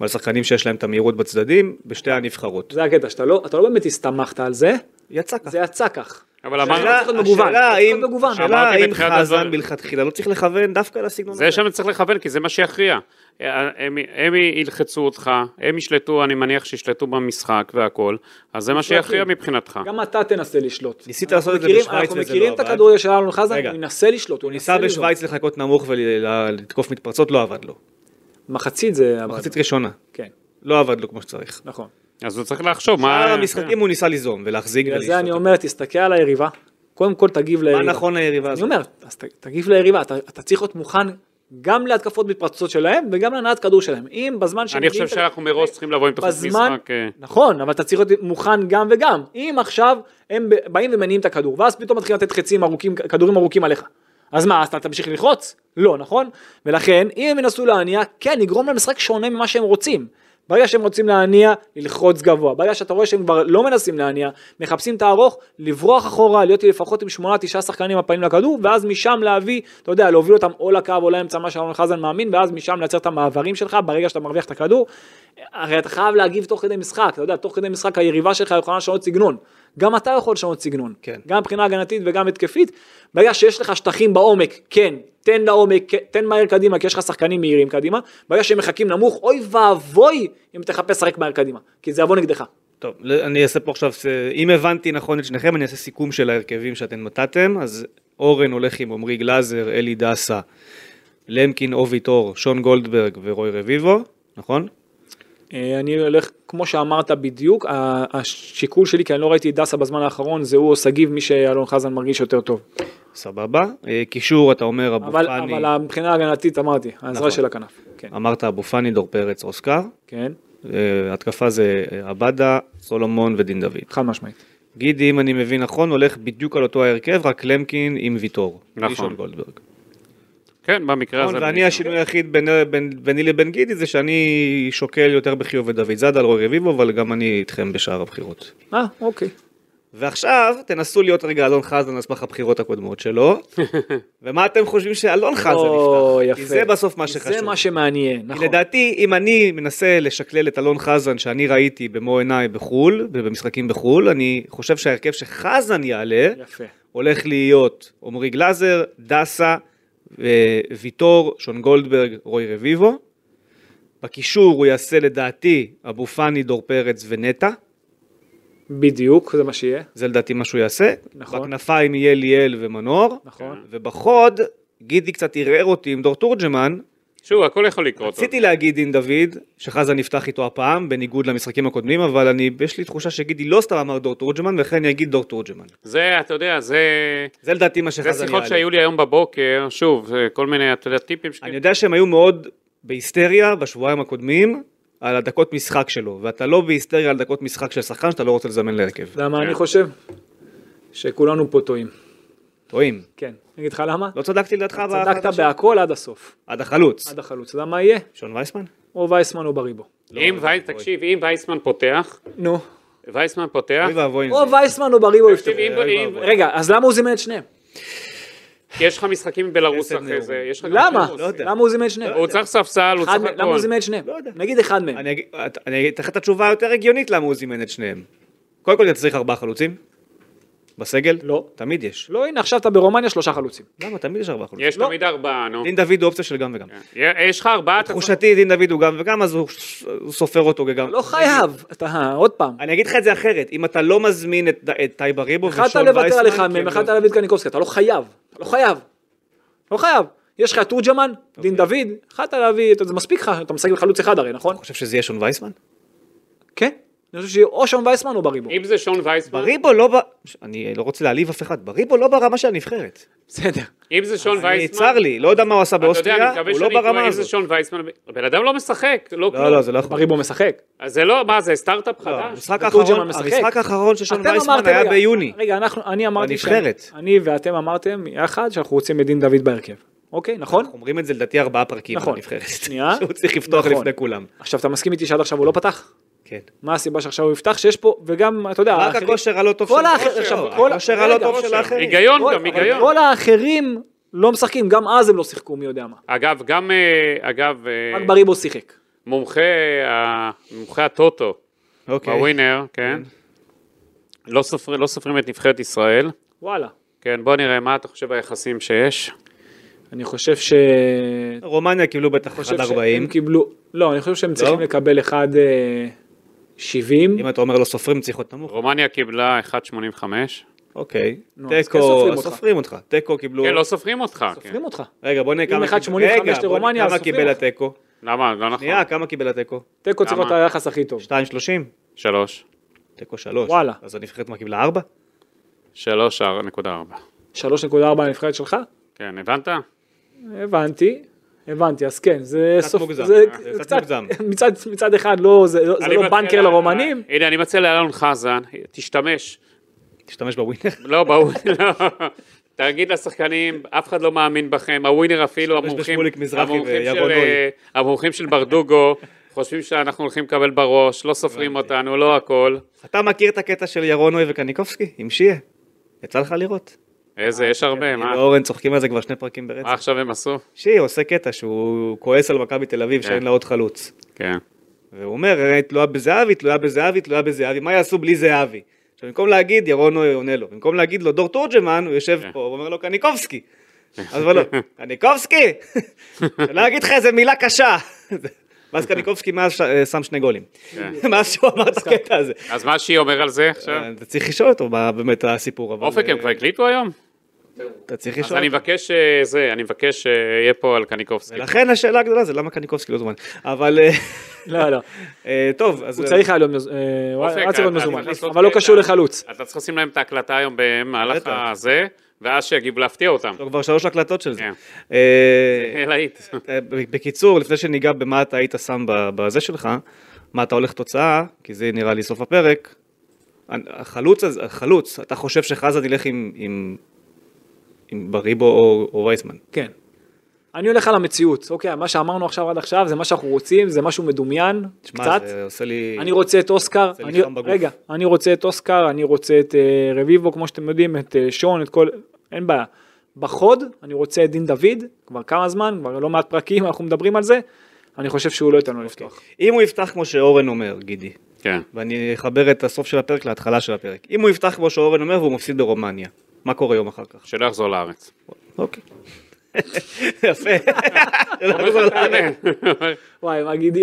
ועל שחקנים שיש להם את המהירות בצדדים, בשתי הנבחרות. זה הקטע, שאתה לא, אתה לא באמת הסתמכת על זה, יצא ככה. זה יצא כך. אבל השאלה- אמרנו, צריך להיות מגוון, השאלה צריך להיות האם- מגוון. השאלה אמרתי האם בתחילת חזן הדברים- מלכתחילה לא צריך לכוון דווקא לסגנון הזה. זה שם צריך לכוון, כי זה מה שיכריע. אה, הם, הם ילחצו אותך, הם ישלטו, אני מניח שישלטו במשחק והכל, אז זה מה שיכריע מבחינתך. גם אתה תנסה לשלוט. אה. ניסית אנחנו לעשות את זה מכירים- בשוויץ אנחנו וזה לא מכירים את עבד. הכדורגל של אלון חזן, רגע. הוא ינסה לשלוט, הוא ינסה ניסה לשלוט. בשוויץ לא. לחכות נמוך ולתקוף מתפרצות, לא עבד לו. מחצית זה... עבד. מחצית ראשונה, כן, לא עבד לו כמו שצריך. נכון. אז הוא צריך לחשוב מה... שאר המשחקים הוא ניסה ליזום ולהחזיק בגלל זה ולשלוט. אני אומר, תסתכל על היריבה, קודם כל תגיב מה ליריבה. נכון ליריבה אני הזאת? אומר, אז ת- תגיב ליריבה, אתה אתה צריך להיות מוכן גם להתקפות מתפרצות שלהם וגם להנעת כדור שלהם. אם בזמן כן. אני שמגיעים- חושב שאנחנו מראש צריכים לבוא עם תוכנית בזמן- משחק. אה, נכון, אבל אתה צריך להיות מוכן גם וגם. אם עכשיו הם ב- באים ומניעים את הכדור, ואז פתאום מתחילים לתת חצים ארוכים, כדורים ארוכים עליך. אז מה, אז אתה תמשיך ללחוץ? לא, נכון? ולכן, אם הם ינסו להניע, כן, יגרום למשחק שונה ממה שהם רוצים. ברגע שהם רוצים להניע, ללחוץ גבוה. ברגע שאתה רואה שהם כבר לא מנסים להניע, מחפשים את הארוך, לברוח אחורה, להיות לפחות עם שמונה, תשעה שחקנים עם הפנים לכדור, ואז משם להביא, אתה יודע, להוביל אותם או לקו או לאמצע, מה שאהרון חזן מאמין, ואז משם לייצר את המעברים שלך ברגע שאתה מרוויח את הכדור. הרי אתה חייב להגיב תוך כדי משחק, אתה יודע, תוך כדי משחק היריבה שלך יכולה לשנות סגנון. גם אתה יכול לשנות סגנון. כן. גם מבחינה הגנתית וגם התקפית. ברגע שיש לך שטחים בעומק, כן, תן לעומק, כן, תן מהר קדימה, כי יש לך שחקנים מהירים קדימה. ברגע שהם מחכים נמוך, אוי ואבוי אם תחפש לשחק מהר קדימה, כי זה יבוא נגדך. טוב, ל- אני אעשה פה עכשיו, ס- אם הבנתי נכון את שניכם, אני אעשה סיכום של ההרכבים שאתם נתתם, אז אורן הולך עם עמרי גלאזר, אלי דסה, למקין, אובי טור, שון גולדברג ורוי רביבו, נכון? אה, אני הולך, כמו שאמרת בדיוק, ה- השיקול שלי, כי אני לא ראיתי את דסה בזמן האחרון, זה הוא או שגיב, מי שאלון חזן מרגיש יותר טוב. סבבה. אה, קישור, אתה אומר אבו אבל, פאני, אבל מבחינה הגנתית אמרתי, נכון. העזרה של הכנף. כן. אמרת אבו פאני, דור פרץ, אוסקר. כן, אה, התקפה זה אה, עבדה, סולומון ודין דוד. חד משמעית. גידי, אם אני מבין נכון, הולך בדיוק על אותו ההרכב, רק למקין עם ויטור. נכון. נכון. גולדברג. כן, במקרה הזה. נכון, ואני השינוי היחיד בין- בין- ביני לבין גידי זה שאני שוקל יותר בחיוב את דוד זאדה על רוי רביבו, אבל גם אני איתכם בשאר הבחירות. אה, אוקיי. ועכשיו תנסו להיות רגע אלון חזן על סמך הבחירות הקודמות שלו, ומה אתם חושבים שאלון חזן או, יפתח? יפה. כי זה בסוף מה שחשוב. זה מה שמעניין, כי נכון. לדעתי, אם אני מנסה לשקלל את אלון חזן שאני ראיתי במו עיניי בחו"ל, ובמשחקים בחו"ל, אני חושב שההרכב שחזן יעלה, יפה. הולך להיות עמרי גלאזר, דסה, אה, ויטור, שון גולדברג, רוי רביבו. בקישור הוא יעשה לדעתי אבו פאני, דור פרץ ונטע. בדיוק, זה מה שיהיה. זה לדעתי מה שהוא יעשה. נכון. בכנפיים יהיה ליאל ומנור. כן. נכון. ובחוד, גידי קצת ערער אותי עם דור נכון. תורג'מן. שוב, הכל יכול לקרות. רציתי להגיד דין דוד, שחזן נפתח איתו הפעם, בניגוד למשחקים הקודמים, אבל אני, יש לי תחושה שגידי לא סתם אמר דור תורג'מן, ולכן אני אגיד דור תורג'מן. זה, אתה יודע, זה... זה לדעתי מה שחזן זה יעלה. שיחות שהיו לי היום בבוקר, שוב, אה, כל מיני, אתה יודע, טיפים שלי. אני יודע שהם היו מאוד בהיסטריה בשבועיים הקודמים על הדקות משחק שלו, ואתה לא בהיסטריה על דקות משחק של שחקן שאתה לא רוצה לזמן להרכב. אתה יודע מה אני חושב? שכולנו פה טועים. טועים. כן. אני אגיד לך למה? לא צדקתי לדעתך צדקת בהחלטה בהכל עד הסוף. עד החלוץ. עד החלוץ. אתה יודע מה יהיה? שון וייסמן? או וייסמן או בריבו. לא, אם וייס, תקשיב, אם וייסמן פותח, נו. וייסמן פותח, אוי ואבוי עם או כן, זה. וייסמן או בריבו יפתחו. תקשיב, אם- אם- רגע, אז למה הוא זימן את שניהם? כי יש לך משחקים עם בלרוס חסד אחרי נעורים. זה, יש לך גם למה? בלרוס. לא יודע. למה הוא זימן את שניהם? הוא צריך ספסל, הוא אחד צריך מהם- למה הוא הכל. זימן את שניהם? לא יודע. נגיד אחד מהם. אני אגיד- את- אני אתן לך את התשובה היותר הגיונית למה הוא זימן את שניהם. קודם כל אתה צריך ארבעה חלוצים? בסגל? לא. תמיד יש. לא, הנה, עכשיו אתה ברומניה שלושה חלוצים. למה? תמיד יש ארבעה חלוצים. לא. לא. יש תמיד ארבעה, נו. דין דוד הוא אופציה של גם כן. וגם. יש לך ארבעה, אתה צריך... תחושתי דין דוד הוא גם וגם, אז הוא ש- הוא סופר אותו כגם. לא חייב. אתה, עוד פעם. אני אגיד לך את זה אחרת, אם אתה לא מזמין את את טייב אריבו ושון יכלת וייסמן, לוותר על אחד כי מהם, הם יכלת לא- להביא את קניקובסקי, אתה לא חייב, אתה לא חייב, לא חייב. יש לך את תורג'מן, אוקיי. דין דוד, יכלת להביא, אתה- זה מספיק לך, אתה משחק עם חלוץ אחד הרי, נכון? אתה חושב שזה יהיה שון וייסמן? כן. אני חושב שיהיה או שון וייסמן או בריבו. אם זה שון וייסמן, בריבו לא ב... אני לא רוצה להעליב אף אחד, בריבו לא ברמה של הנבחרת. בסדר. אם זה שון אני וייסמן... צר לי, לא יודע מה הוא עשה אתה יודע, באוסטריה, אני מקווה הוא לא שאני ברמה טועה, אם זה הזאת. שון וייסמן, הבן אדם לא משחק, לא לא, לא, כלום. זה לא יכול. בריבו משחק. אז זה לא, מה זה, סטארט-אפ לא, חדש? המשחק ותורג'מן האחרון- משחק. המשחק האחרון של שון אתם וייסמן אמרתם, היה רגע, ביוני. רגע, אנחנו, אני אמרתי, בנבחרת. שאני- אני ואתם אמרתם יחד שאנחנו רוצים את דין דוד בהרכב, אוקיי, נכון? אומרים את זה לדעתי ארבעה פרקים נכון. בנבחרת. שנייה. שהוא צריך לפתוח נכון. לפני כולם. עכשיו אתה מסכים איתי שעד עכשיו הוא לא פתח? כן. מה הסיבה שעכשיו הוא יפתח? שיש פה, וגם, אתה יודע, רק האחרים- הכושר הלא טוב אה, כל של האחר- הכושר, עכשיו, אבל כל- הכושר רגע, הלא טוב של כושר. האחרים. היגיון כל- גם, אבל היגיון. כל האחרים לא משחקים, גם אז הם לא שיחקו מי יודע מה. אגב, גם, אה, אגב, אה, רק בריבו שיחק. מומחה ה- מומחה הטוטו, אוקיי. בווינר, כן, כן. לא סופר- לא סופרים את נבחרת ישראל. וואלה. כן, בוא נראה מה אתה חושב היחסים שיש. אני חושב ש... רומניה קיבלו בטח חושב עד שהם 40. קיבלו... לא, אני חושב שהם צריכים לקבל אה, 1.70. אם אתה אומר לא סופרים צריך להיות נמוך. רומניה קיבלה 1.85. אוקיי. נו, אז כן תיקו, סופרים אז אותך. סופרים אותך. תיקו קיבלו... כן, לא סופרים אותך. כן. סופרים אותך. רגע בוא נראה אם כמה 1.85 רגע, בוא נראה לרומניה, אז כמה סופרים קיבל אותך. התיקו. למה? לא נכון. שנייה, כמה קיבל התיקו? תיקו צריך להיות למה? היחס הכי טוב. 2.30? שלוש. תיקו 3. וואלה. אז הנבחרת מה קיבלה 4? שלוש, אר- נקודה ארבע. 3.4 הנבחרת שלך? כן, הבנת? הבנתי. הבנתי, אז כן, זה קצת מוגזם. אה, זה קצת מוגזם. אה, מצד, מצד אחד לא, זה, לא- זה אני לא מציע בנקר לה- לרומנים, הנה, אני מציע לאלון חזן, תשתמש. תשתמש בווינר. לא, ברור, לא. תגיד לשחקנים, אף אחד לא מאמין בכם, הווינר אפילו, תשתמש המומחים בשמוליק מזרחי המומחים ויגון של, נוי. אה, המומחים של ברדוגו חושבים שאנחנו הולכים לקבל בראש, לא סופרים אותנו, לא הכל. אתה מכיר את הקטע של ירונוי וקניקובסקי עם שיה? יצא לך לראות. איזה, יש הרבה, מה? ואורן צוחקים על זה כבר שני פרקים מה ברצף. עכשיו הם עשו? שיה עושה קטע שהוא כועס על מכבי תל אביב שאין לה עוד חלוץ. כן. והוא אומר, "אה, היא תלויה בזהבי, תלויה בזהבי, תלויה בזהבי, מה יעשו בלי זהבי? עכשיו, במקום להגיד, ירון עונה לו, במקום להגיד לו דור תורג'מן, הוא יושב כן. פה ואומר לו קניקובסקי. אז הוא אומר לו, קניקובסקי? שלא אגיד לך איזה מילה קשה. ואז קניקובסקי מאז ש- אה, שם שני גולים. כן. מאז שהוא אמר את הקטע הזה. אז מה שהיא אומר על זה עכשיו? אה, אתה צריך לשאול אותו מה באמת הסיפור. אבל, אופק, הם אה, כן. כבר הקליטו היום? אתה צריך אז לשאול. אני מבקש, אה, זה, אני מבקש שיהיה פה על קניקובסקי. לכן השאלה הגדולה זה למה קניקובסקי לא זומן. אבל אה, לא, לא. אה, טוב, אז... הוא צריך היה להיות מזומן, אופק, היה צריך להיות אה, אתה- אתה מזומן, צריך לעשות אבל לא קטע. קשור לחלוץ. אתה צריך לשים להם את ההקלטה היום במהלך בטח. הזה, ואז שיגיבו להפתיע אותם. לא, כבר שלוש הקלטות של זה. כן. אה, אה, להיט. אה, בקיצור, לפני שניגע במה אתה היית שם ב- בזה שלך, מה אתה הולך תוצאה, כי זה נראה לי סוף הפרק. החלוץ, הזה- החלוץ, אתה חושב שחזן ילך עם- עם- עם בריבו או- או וייסמן. כן. אני הולך על המציאות, אוקיי, מה שאמרנו עכשיו עד עכשיו זה מה שאנחנו רוצים, זה משהו מדומיין, שמע, קצת. זה עושה לי... אני רוצה את אוסקר, זה אני, נלחם בגוף. רגע, אני רוצה את אוסקר, אני רוצה את אה, רביבו, כמו שאתם יודעים, את אה, שון, את כל, אין בעיה. בחוד, אני רוצה את דין דוד, כבר כמה זמן, כבר לא מעט פרקים, אנחנו מדברים על זה, אני חושב שהוא לא ייתן לו לפתוח. אם הוא יפתח כמו שאורן אומר, גידי, כן. ואני אחבר את הסוף של הפרק להתחלה של הפרק. אם הוא יפתח כמו שאורן אומר והוא מפסיד ברומניה, מה קורה יום אחר כך? שלא יחזור לארץ. אוקיי. יפה. כן. וואי, מה גידי?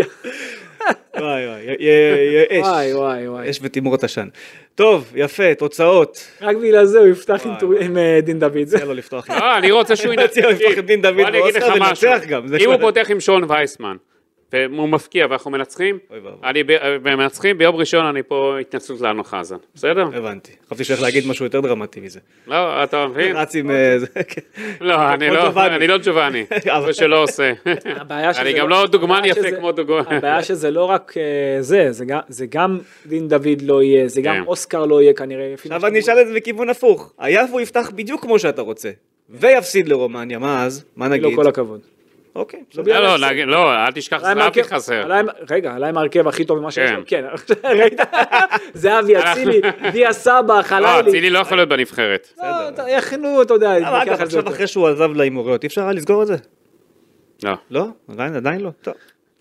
וואי וואי, י- י- י- אש. וואי, וואי, וואי. אש ותימרות עשן. טוב, יפה, תוצאות. רק בגלל זה הוא יפתח עם וואי, טור- וואי. עם אה, דין דוד. זה- תן לו לפתוח. לא, אני רוצה שהוא ינצח. הוא יפתח את דין דוד בוא אני אגיד ואוסקר לך משהו. וינצח גם, זה אם הוא כבר- פותח עם שון וייסמן, והוא מפקיע ואנחנו מנצחים, אוי ואבוי. אני ב- ומנצחים, ביום ראשון אני פה התנצלות לנו חזן. בסדר? הבנתי. חשבתי שהולך להגיד משהו יותר דרמטי מזה. לא, אתה מבין? רץ עם... אוקיי. אה, זה, כן. לא, אני כמו לא- ג'ובאני. אני לא ג'ובאני, אבל- זה שלא עושה. הבעיה שזה אני גם לא דוגמן הבעיה יפה שזה- כמו דוגמן. הבעיה שזה לא רק אה, זה, זה גם- זה גם דין דוד לא יהיה, זה כן. גם אוסקר לא יהיה כנראה. לפי מה עכשיו שאתם אני אשאל את זה בכיוון הפוך. היה והוא יפתח בדיוק כמו שאתה רוצה, ויפסיד לרומניה, מה אז? מה אומרים. נגיד? לא כל הכבוד. אוקיי, בסדר. לא, לא, להגיד- לא, אל תשכח, עלה עם זהבי ההרכב- חסר. עלה עם- אוקיי. רגע, עלה עם ההרכב הכי טוב ממה שיש כן. לו, כן, ראית? זהבי, אצילי, דיה סבא, לא, חללי. אצילי לא יכול להיות בנבחרת. לא, אתה- יכלו, אתה יודע, אבל אגב, להתווכח על זה עכשיו יותר. אחרי שהוא עזב להימוריות, אי אפשר היה לסגור את זה? לא. לא? עדיין- עדיין לא? טוב.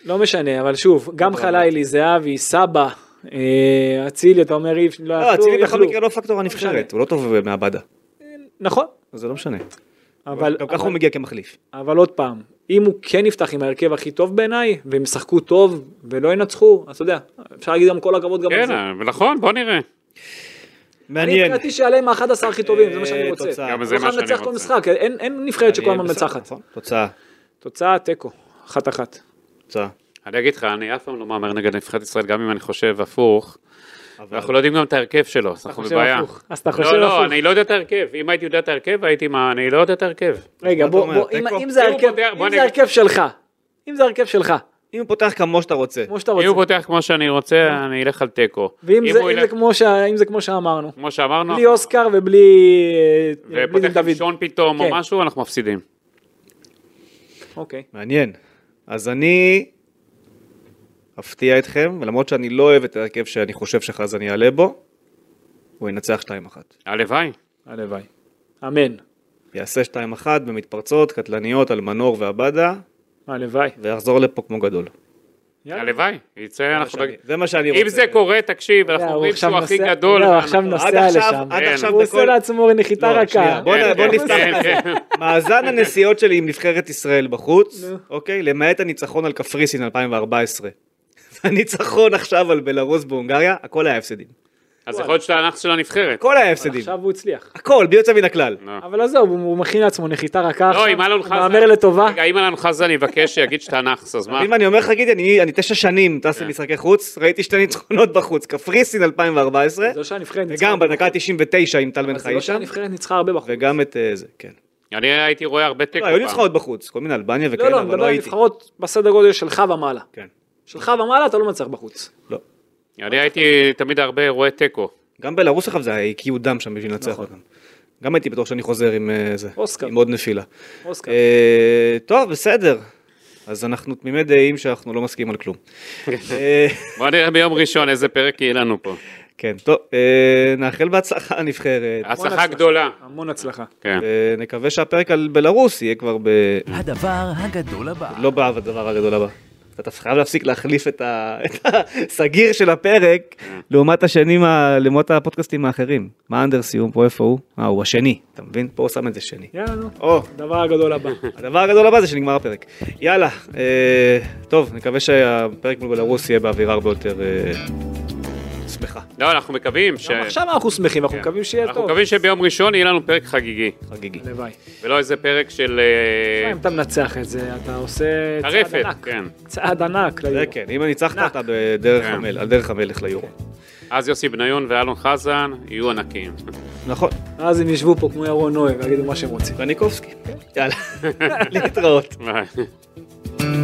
לא משנה, אבל שוב, גם חלילי, זהבי, סבא, אה, אצילי, אתה אומר, אי אפשר, לא לא, יכלו, אצילי בכל יכלו. מקרה לא פקטור הנבחרת, הוא לא טוב מעבדה. נכון, אז זה לא משנה. אבל גם ככה אבל- הוא מגיע כמחליף. אבל עוד פעם, אם הוא כן יפתח עם ההרכב הכי טוב בעיניי, והם ישחקו טוב ולא ינצחו, אז אתה יודע, אפשר להגיד גם כל הכבוד גם על כן, זה. נכון, בוא אה, נראה. אני מעניין. מבחינתי שיעלה עם ה-11 הכי טובים, זה מה שאני אה, רוצה. תוצאה. גם אבל זה מה חייב שאני לנצח כל רוצה. משחק, אין- אין נבחרת שכל הזמן אני- בסדר, מנצחת. נכון, תוצאה. תוצאה תיקו, אחת אחת. תוצאה. אני אגיד לך, אני אף פעם לא מהמר נגד נבחרת ישראל, גם אם אני חושב הפוך. אבל- אנחנו לא יודעים גם את ההרכב שלו, אז אנחנו חושב בבעיה. הפוך. אז אתה חושב לא, לא, הפוך. אני לא יודע את ההרכב. אם הייתי יודע את ההרכב, הייתי מה... אני לא יודע את ההרכב. רגע, מה אתה בוא, אומר, בוא, אם- תיקו? אם זה אם הוא ההרכב- פותח, בוא אם נגיד- זה ההרכב שלך, אם זה ההרכב שלך, אם הוא פותח כמו שאתה רוצה. כמו שאתה אם הוא רוצה, פותח כמו שאני רוצה, אני אלך על תיקו. אה. ואם אם זה- הוא אם ילך- זה כמו שה- אם זה כמו שאמרנו, כמו שאמרנו, בלי אוסקר ובלי אה, בלי ופותח עם שון פתאום או כן. משהו, אנחנו מפסידים. אוקיי. מעניין. אז אני אפתיע אתכם, ולמרות שאני לא אוהב את ההרכב שאני חושב שחזן יעלה בו, הוא ינצח 2-1. הלוואי. הלוואי. אמן. יעשה 2-1 במתפרצות, קטלניות, על מנור ועבדה, הלוואי. ויחזור לפה כמו גדול. יאללה. הלוואי. יצא, אנחנו... שאני- זה מה שאני רוצה. אם זה קורה, תקשיב, אנחנו הוא אומרים עכשיו שהוא הכי נוסע- גדול. לא, הוא ואנחנו- עכשיו נוסע עד עכשיו, לשם. עד כן. עכשיו הוא בכל... עושה לעצמו נחיתה לא, רכה. שנייה, בוא כן, נ- בוא כן, נפתח כן, את זה. כן. מאזן הנסיעות שלי עם נבחרת ישראל בחוץ, אוקיי? למעט הניצחון על קפריסין 2014. והניצחון עכשיו על בלרוס בהונגריה, הכל היה הפסדים. אז יכול להיות שאתה הנאחס של הנבחרת. הכל היה הפסדים. עכשיו הוא הצליח. הכל, בלי יוצא מן הכלל. אבל עזוב, הוא- הוא מכין לעצמו נחיתה רכה עכשיו. לא, אם אלון הוא חזן... מהמר לטובה. רגע, אם אלון חזן יבקש שיגיד שאתה נאחס, אז מה? אם אני אומר לך, גידי, אני- אני תשע שנים טס למשחקי חוץ, ראיתי שתי ניצחונות בחוץ, קפריסין 2014, זה לא שהנבחרת ניצחה. וגם בדקה ה-99 עם טל בן אז זה לא חיים שם, שהנבחרת ניצחה הרבה בחוץ. וגם את אה, זה, כן. אני הייתי רואה הרבה תיקו לא, היו פעם. ניצחונות בחוץ, כל מיני אלבניה לא, וכאלה, לא, אני אבל מדבר לא על הייתי. נבחרות בסדר גודל שלך ומעלה. כן, שלך ומעלה אתה לא מנצח בחוץ. לא. אני הייתי תמיד הרבה רואה תיקו. גם בלרוס עכשיו זה היה הקיאו דם שם בשביל לנצח נכון. אותם. גם הייתי בטוח שאני חוזר עם אה, זה, אוסקר. עם עוד נפילה. אוסקר. אה, טוב, בסדר. אז אנחנו תמימי דעים שאנחנו לא מסכימים על כלום. אה, בוא נראה ביום ראשון איזה פרק יהיה לנו פה. כן, טוב, אה, נאחל בהצלחה הנבחרת. המון הצלחה גדולה. המון הצלחה. כן. ונקווה שהפרק על בלארוס יהיה כבר ב... הדבר הגדול הבא. לא בא הדבר הגדול הבא. אתה חייב להפסיק להחליף את ה- את הסגיר של הפרק לעומת השנים, ה- לעומת הפודקאסטים האחרים. מה אנדרסיום פה, איפה הוא? אה, הוא השני, אתה מבין? פה הוא שם את זה שני. יאללה, נו. או, הדבר הגדול הבא. הדבר הגדול הבא זה שנגמר הפרק. יאללה, אה, טוב, נקווה שהפרק מול בלרוס יהיה באווירה הרבה יותר אה, שמחה. לא, אנחנו מקווים ש... גם עכשיו אנחנו שמחים, כן. אנחנו מקווים שיהיה אנחנו טוב. מקווים שביום ראשון יהיה לנו פרק חגיגי, חגיגי. הלוואי. ולא איזה פרק של... כן. אה, אם אתה מנצח את זה, אתה עושה צעד טרפת, ענק. כן. צעד ענק. זה ליורו. כן, אם ניצחת נק. אתה בדרך כן. המלך, על דרך המלך ליורו. אז יוסי בניון ואלון חזן יהיו ענקים. נכון, אז הם ישבו פה כמו ירון נוי ויגידו מה שהם רוצים. קניקובסקי. יאללה, להתראות. ביי.